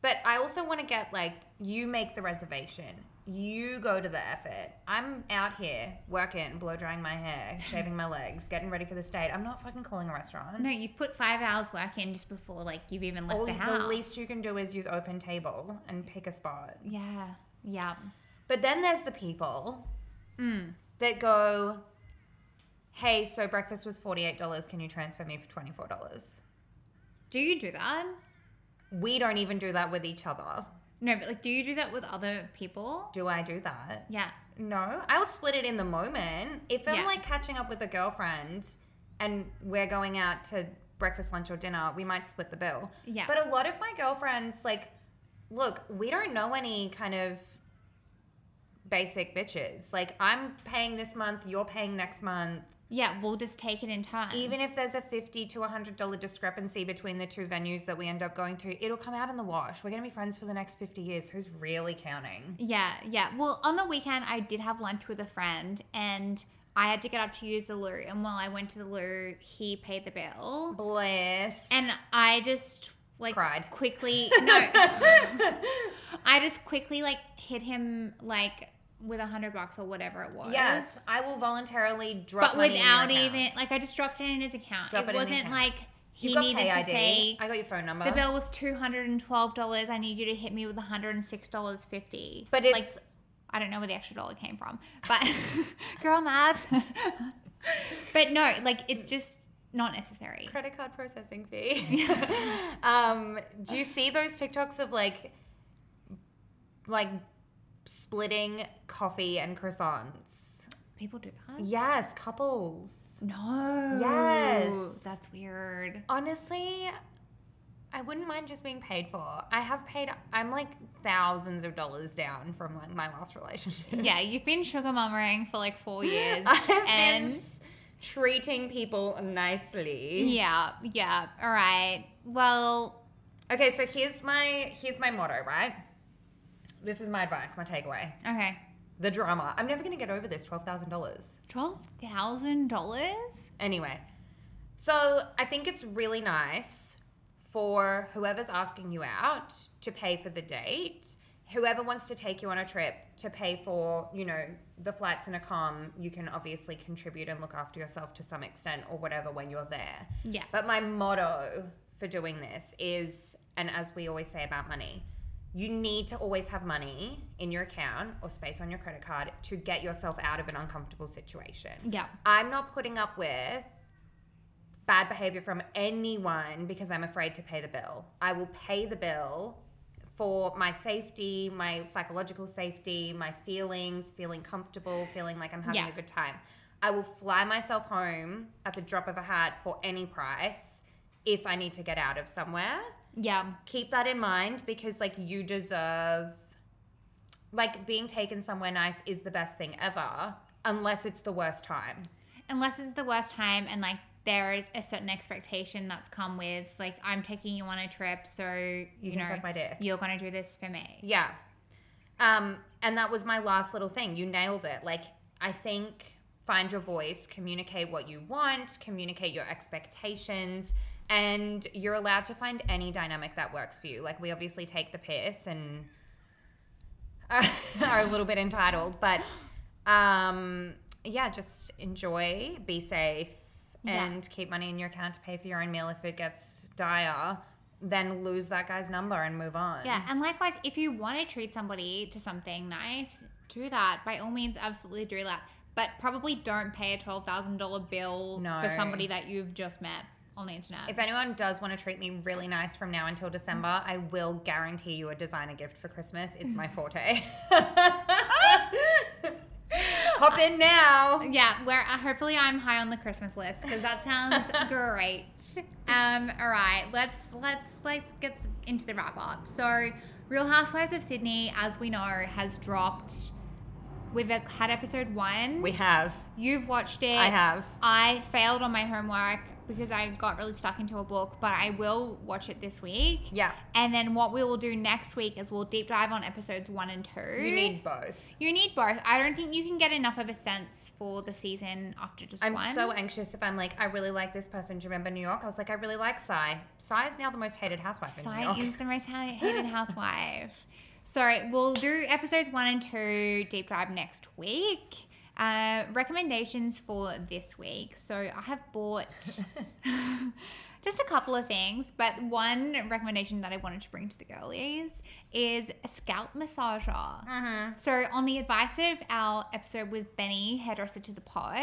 Speaker 1: But I also want to get like you make the reservation, you go to the effort. I'm out here working, blow drying my hair, shaving my legs, getting ready for this date. I'm not fucking calling a restaurant.
Speaker 2: no, you've put five hours work in just before like you've even left
Speaker 1: All
Speaker 2: the
Speaker 1: the,
Speaker 2: house.
Speaker 1: least you can do is use open table and pick a spot.
Speaker 2: yeah. Yeah.
Speaker 1: But then there's the people
Speaker 2: Mm.
Speaker 1: that go, "Hey, so breakfast was forty eight dollars. Can you transfer me for twenty four dollars?"
Speaker 2: Do you do that?
Speaker 1: We don't even do that with each other.
Speaker 2: No, but like, do you do that with other people?
Speaker 1: Do I do that?
Speaker 2: Yeah.
Speaker 1: No, I'll split it in the moment. If I'm
Speaker 2: Yeah.
Speaker 1: like catching up with a girlfriend and we're going out to breakfast, lunch, or dinner, we might split the bill.
Speaker 2: Yeah.
Speaker 1: But a lot of my girlfriends, like, look, we don't know any kind of basic bitches. Like, I'm paying this month, you're paying next month.
Speaker 2: Yeah, we'll just take it in time.
Speaker 1: Even if there's a fifty to hundred dollar discrepancy between the two venues that we end up going to, it'll come out in the wash. We're gonna be friends for the next fifty years. Who's really counting?
Speaker 2: Yeah, yeah. Well, on the weekend, I did have lunch with a friend and I had to get up to use the loo, and while I went to the loo, he paid the bill,
Speaker 1: Bliss.
Speaker 2: and I just like
Speaker 1: Cried.
Speaker 2: quickly. No, I just quickly like hit him like with a hundred bucks or whatever it was.
Speaker 1: yes, I will voluntarily drop
Speaker 2: but
Speaker 1: money in your
Speaker 2: without
Speaker 1: account.
Speaker 2: even like I just dropped it in his account.
Speaker 1: Drop
Speaker 2: it
Speaker 1: it in the
Speaker 2: wasn't
Speaker 1: account.
Speaker 2: like he
Speaker 1: You've got
Speaker 2: needed
Speaker 1: PayID.
Speaker 2: to say
Speaker 1: I got your phone number.
Speaker 2: the bill was two hundred and twelve dollars. I need you to hit me with one hundred and six dollars fifty.
Speaker 1: But
Speaker 2: like,
Speaker 1: it's-
Speaker 2: I don't know where the extra dollar came from, but girl math. but no, like it's just not necessary.
Speaker 1: credit card processing fee. um, do you see those TikToks of like, like splitting coffee and croissants?
Speaker 2: People do that.
Speaker 1: Yes, couples.
Speaker 2: No.
Speaker 1: Yes.
Speaker 2: That's weird.
Speaker 1: Honestly, I wouldn't mind just being paid for. I have paid. I'm like thousands of dollars down from like my last relationship.
Speaker 2: Yeah, you've been sugar mummering for like four years,
Speaker 1: I've been
Speaker 2: and
Speaker 1: s- treating people nicely.
Speaker 2: yeah, yeah. All right. Well,
Speaker 1: Okay, so here's my here's my motto, right? This is my advice, my takeaway.
Speaker 2: okay.
Speaker 1: The drama. I'm never gonna get over this twelve thousand dollars.
Speaker 2: Twelve thousand dollars.
Speaker 1: Anyway, so I think it's really nice for whoever's asking you out to pay for the date. Whoever wants to take you on a trip to pay for, you know, the flights and a com, you can obviously contribute and look after yourself to some extent or whatever when you're there.
Speaker 2: Yeah.
Speaker 1: But my motto for doing this is, and as we always say about money, you need to always have money in your account or space on your credit card to get yourself out of an uncomfortable situation.
Speaker 2: Yeah.
Speaker 1: I'm not putting up with bad behavior from anyone because I'm afraid to pay the bill. I will pay the bill for my safety, my psychological safety, my feelings, feeling comfortable, feeling like I'm having
Speaker 2: Yeah.
Speaker 1: a good time. I will fly myself home at the drop of a hat for any price if I need to get out of somewhere.
Speaker 2: Yeah.
Speaker 1: Keep that in mind because like you deserve like being taken somewhere nice is the best thing ever unless it's the worst time.
Speaker 2: unless it's the worst time and like there is a certain expectation that's come with like I'm taking you on a trip, so you,
Speaker 1: can
Speaker 2: know
Speaker 1: suck my dick. Mm.
Speaker 2: you're gonna do this for me.
Speaker 1: Yeah. Um, and that was my last little thing. You nailed it. Like, I think find your voice, communicate what you want, communicate your expectations, and you're allowed to find any dynamic that works for you. Like, we obviously take the piss and are, are a little bit entitled, but um, yeah, just enjoy, be safe,
Speaker 2: Yeah.
Speaker 1: and keep money in your account to pay for your own meal if it gets dire. Then lose that guy's number and move on.
Speaker 2: Yeah, and likewise, if you want to treat somebody to something nice, do that by all means. Absolutely do that, but probably don't pay a twelve thousand dollar bill
Speaker 1: No.
Speaker 2: for somebody that you've just met on the internet.
Speaker 1: If anyone does want to treat me really nice from now until December, I will guarantee you a designer gift for Christmas. It's my forte. Hop in now.
Speaker 2: yeah, where uh, hopefully I'm high on the Christmas list because that sounds great. Um, all right, let's let's let's get s- into the wrap up. So, Real Housewives of Sydney, as we know, has dropped. We've uh, had episode one.
Speaker 1: We have.
Speaker 2: You've watched it.
Speaker 1: I have.
Speaker 2: I failed on my homework because I got really stuck into a book, but I will watch it this week.
Speaker 1: Yeah.
Speaker 2: And then what we will do next week is we'll deep dive on episodes one and two.
Speaker 1: You need both.
Speaker 2: You need both. I don't think you can get enough of a sense for the season after just
Speaker 1: I'm
Speaker 2: one.
Speaker 1: so anxious if I'm like, I really like this person. Do you remember New York? I was like, I really like Sai. Sai is now the most hated housewife in New
Speaker 2: Sign
Speaker 1: York.
Speaker 2: is the most ha- hated housewife. Sorry, we'll do episodes one and two deep dive next week. Uh, recommendations for this week. So I have bought just a couple of things, but one recommendation that I wanted to bring to the girlies is a scalp massager. So on the advice of our episode with Benny, hairdresser to the pod,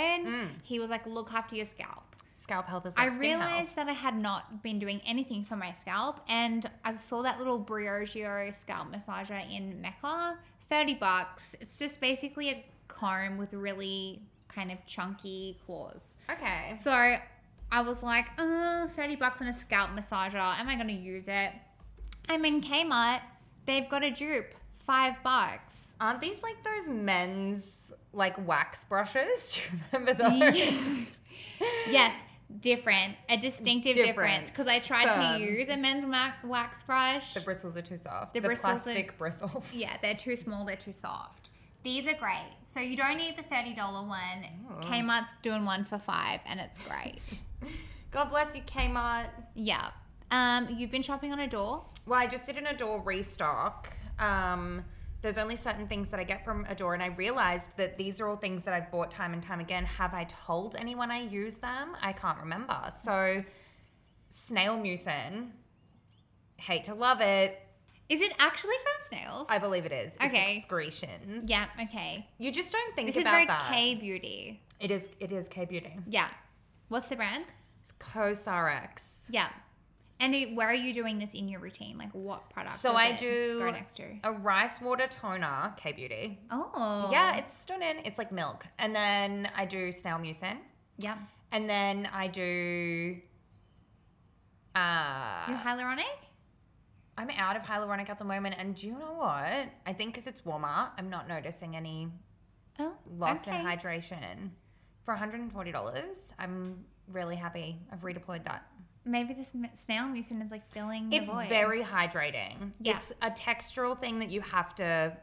Speaker 2: he was like, look after your scalp.
Speaker 1: Scalp health is
Speaker 2: I
Speaker 1: like skin health.
Speaker 2: realized that I had not been doing anything for my scalp, and I saw that little Briogeo scalp massager in Mecca, thirty bucks. It's just basically a comb with really kind of chunky claws.
Speaker 1: Okay.
Speaker 2: So I was like, oh, 30 bucks on a scalp massager. Am I gonna use it? I'm in Kmart. They've got a dupe, five bucks.
Speaker 1: Aren't these like those men's like wax brushes? Do you remember those?
Speaker 2: yes, different, a distinctive
Speaker 1: Different.
Speaker 2: difference. Because I tried
Speaker 1: Firm.
Speaker 2: to use a men's ma- wax brush.
Speaker 1: The bristles are too soft.
Speaker 2: The
Speaker 1: The,
Speaker 2: bristles are-
Speaker 1: plastic bristles.
Speaker 2: Yeah, they're too small, they're too soft. These are great. So you don't need the $30 one.
Speaker 1: Ooh.
Speaker 2: Kmart's doing one for five and it's great.
Speaker 1: God bless you, Kmart.
Speaker 2: yeah. Um, you've been shopping on Adore.
Speaker 1: Well, I just did an Adore restock. Um, there's only certain things that I get from Adore, and I realized that these are all things that I've bought time and time again. Have I told anyone I use them? I can't remember. So, snail mucin, hate to love it.
Speaker 2: Is it actually from Snails?
Speaker 1: I believe it is. It's
Speaker 2: Okay.
Speaker 1: excretions.
Speaker 2: yeah, okay.
Speaker 1: You just don't think
Speaker 2: This is
Speaker 1: about
Speaker 2: very
Speaker 1: that.
Speaker 2: K beauty.
Speaker 1: it is. It is K beauty.
Speaker 2: Yeah. What's the brand?
Speaker 1: It's COSRX.
Speaker 2: Yeah. And it- where are you doing this in your routine? Like what product?
Speaker 1: So
Speaker 2: does
Speaker 1: I
Speaker 2: it
Speaker 1: do-
Speaker 2: go next to.
Speaker 1: A rice water toner, K beauty.
Speaker 2: Oh.
Speaker 1: Yeah, it's stunning. It's like milk, and then I do snail mucin.
Speaker 2: yeah.
Speaker 1: And then I do.
Speaker 2: Your
Speaker 1: Uh,
Speaker 2: hyaluronic?
Speaker 1: I'm out of hyaluronic at the moment, and do you know what? I think because it's warmer, I'm not noticing any
Speaker 2: Oh.
Speaker 1: loss
Speaker 2: okay.
Speaker 1: in hydration. For $140, I'm really happy. I've redeployed that.
Speaker 2: Maybe this m- snail mucin is like filling
Speaker 1: It's
Speaker 2: the void.
Speaker 1: very hydrating.
Speaker 2: Yeah.
Speaker 1: It's a textural thing that you have to.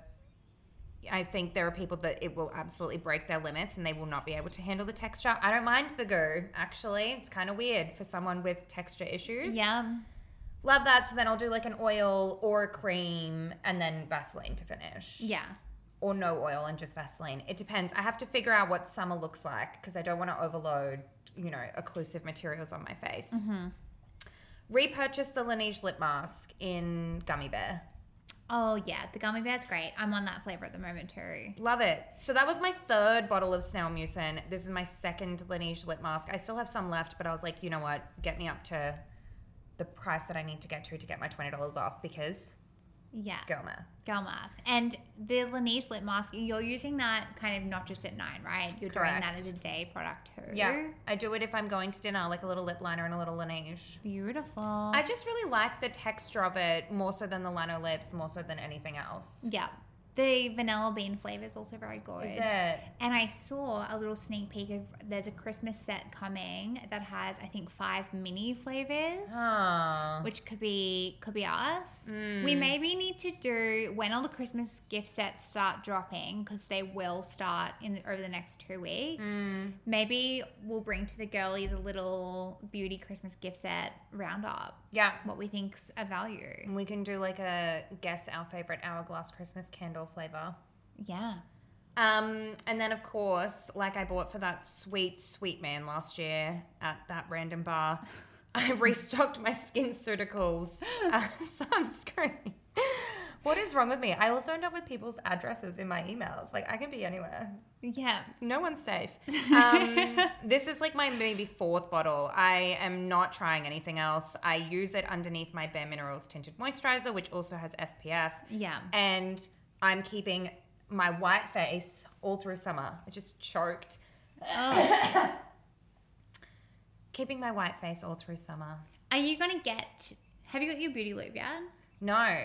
Speaker 1: I think there are people that it will absolutely break their limits and they will not be able to handle the texture. I don't mind the goo, actually. It's kind of weird for someone with texture issues.
Speaker 2: Yeah. um,
Speaker 1: Love that. So then I'll do like an oil or a cream and then Vaseline to finish.
Speaker 2: Yeah.
Speaker 1: Or no oil and just Vaseline. It depends. I have to figure out what summer looks like because I don't want to overload, you know, occlusive materials on my face. Repurchased the Laneige lip mask in Gummy Bear.
Speaker 2: Oh yeah, the gummy bear's great. I'm on that flavor at the moment too.
Speaker 1: Love it. So that was my third bottle of snail mucin. This is my second Laneige lip mask. I still have some left, but I was like, you know what? Get me up to the price that I need to get to to get my $20 off because
Speaker 2: Yeah.
Speaker 1: girl math.
Speaker 2: Girl math. And the Laneige lip mask, you're using that kind of not just at night, right? You're doing that
Speaker 1: Correct.
Speaker 2: as a day product too.
Speaker 1: Yeah, I do it if I'm going to dinner, like a little lip liner and a little Laneige.
Speaker 2: Beautiful.
Speaker 1: I just really like the texture of it more so than the lino lips, more so than anything else.
Speaker 2: yeah. The vanilla bean flavor is also very good.
Speaker 1: Is it?
Speaker 2: And I saw a little sneak peek of there's a Christmas set coming that has I think five mini flavors.
Speaker 1: Huh.
Speaker 2: Which could be could be us. We maybe need to do when all the Christmas gift sets start dropping because they will start in over the next two weeks.
Speaker 1: Hmm. Mm.
Speaker 2: Maybe we'll bring to the girlies a little beauty Christmas gift set roundup.
Speaker 1: Yeah.
Speaker 2: What we think's a value.
Speaker 1: We can do like a guess our favorite hourglass Christmas candle flavor.
Speaker 2: Yeah.
Speaker 1: Um, and then of course, like I bought for that sweet, sweet man last year at that random bar, I restocked my SkinCeuticals uh, sunscreen. What is wrong with me? I also end up with people's addresses in my emails. Like I can be anywhere.
Speaker 2: Yeah.
Speaker 1: No one's safe. Um, this is like my maybe fourth bottle. I am not trying anything else. I use it underneath my Bare Minerals tinted moisturizer, which also has SPF
Speaker 2: Yeah.
Speaker 1: and I'm keeping my white face all through summer. I just choked.
Speaker 2: Oh.
Speaker 1: Keeping my white face all through summer.
Speaker 2: Are you gonna get? Have you got your beauty loop yet?
Speaker 1: No.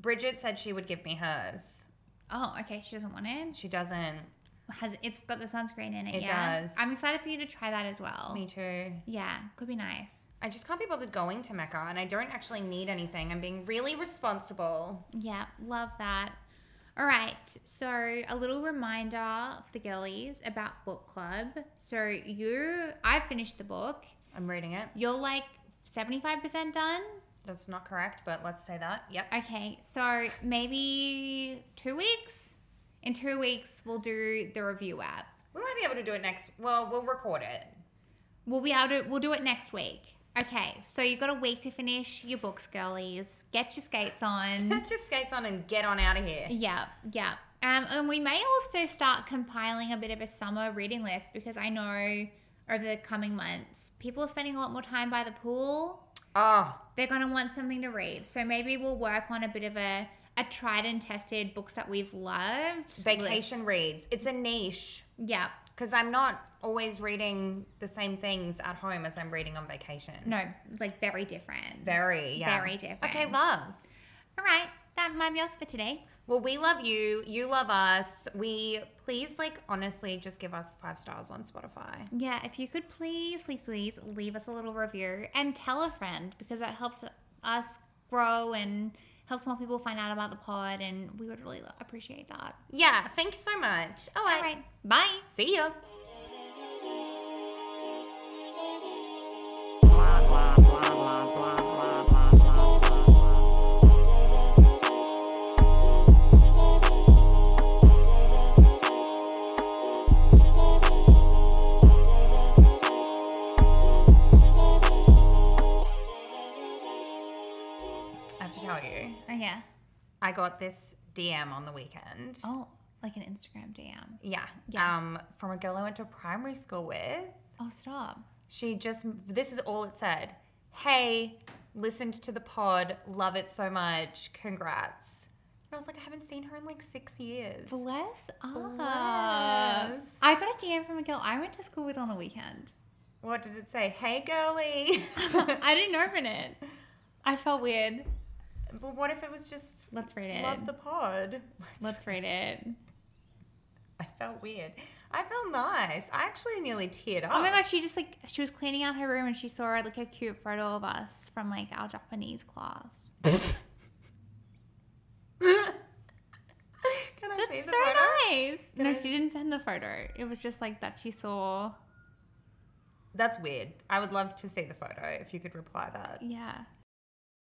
Speaker 1: Bridget said she would give me hers.
Speaker 2: Oh, okay. She doesn't want it.
Speaker 1: She doesn't.
Speaker 2: Has it's got the sunscreen in it?
Speaker 1: It
Speaker 2: yeah?
Speaker 1: does.
Speaker 2: I'm excited for you to try that as well.
Speaker 1: Me too.
Speaker 2: Yeah, could be nice.
Speaker 1: I just can't be bothered going to Mecca and I don't actually need anything. I'm being really responsible.
Speaker 2: Yeah, love that. All right, so a little reminder for the girlies about book club. So you, I finished the book.
Speaker 1: I'm reading it.
Speaker 2: You're like seventy five percent done.
Speaker 1: That's not correct, but let's say that. Yep.
Speaker 2: Okay, so maybe two weeks. In two weeks, we'll do the review app.
Speaker 1: We might be able to do it next. Well, we'll record it.
Speaker 2: We'll be able to. We'll do it next week. Okay, so you've got a week to finish your books, girlies. Get your skates on.
Speaker 1: Let's just skates on and get on out of here.
Speaker 2: yeah, yeah. Um, and we may also start compiling a bit of a summer reading list because I know over the coming months people are spending a lot more time by the pool.
Speaker 1: Oh,
Speaker 2: They're gonna want something to read, so maybe we'll work on a bit of a a tried and tested books that we've loved.
Speaker 1: vacation
Speaker 2: list.
Speaker 1: reads. It's a niche.
Speaker 2: Yeah.
Speaker 1: because I'm not always reading the same things at home as I'm reading on vacation.
Speaker 2: No, like very different.
Speaker 1: Very, yeah.
Speaker 2: Very different.
Speaker 1: Okay, love.
Speaker 2: All right, that might be us for today.
Speaker 1: Well, we love you. You love us. We please, like, honestly, just give us five stars on Spotify.
Speaker 2: Yeah, if you could please, please, please leave us a little review and tell a friend because that helps us grow and helps more people find out about the pod, and we would really lo- appreciate that.
Speaker 1: Yeah, thank you so much. All
Speaker 2: All
Speaker 1: right.
Speaker 2: right, bye.
Speaker 1: See you. I have to tell you,
Speaker 2: Oh yeah.
Speaker 1: I got this DM on the weekend.
Speaker 2: Oh, like an Instagram DM.
Speaker 1: Yeah.
Speaker 2: Yeah.
Speaker 1: Um, from a girl I went to primary school with.
Speaker 2: Oh stop.
Speaker 1: She just, this is all it said. Hey, listened to the pod, love it so much, congrats. And I was like, I haven't seen her in like six years.
Speaker 2: Bless us.
Speaker 1: Bless.
Speaker 2: I got a DM from a girl I went to school with on the weekend.
Speaker 1: What did it say? Hey, girly.
Speaker 2: I didn't open it. I felt weird.
Speaker 1: but what if it was just
Speaker 2: Let's read it.
Speaker 1: love the pod?
Speaker 2: Let's read it.
Speaker 1: I felt weird. I felt nice. I actually nearly teared up.
Speaker 2: Oh my god, she just like she was cleaning out her room and she saw like a cute photo of us from like our Japanese class.
Speaker 1: Can I
Speaker 2: That's
Speaker 1: see
Speaker 2: so
Speaker 1: the photo?
Speaker 2: nice.
Speaker 1: Can
Speaker 2: no,
Speaker 1: I-
Speaker 2: she didn't send the photo. It was just like that she saw.
Speaker 1: That's weird. I would love to see the photo if you could reply that.
Speaker 2: Yeah.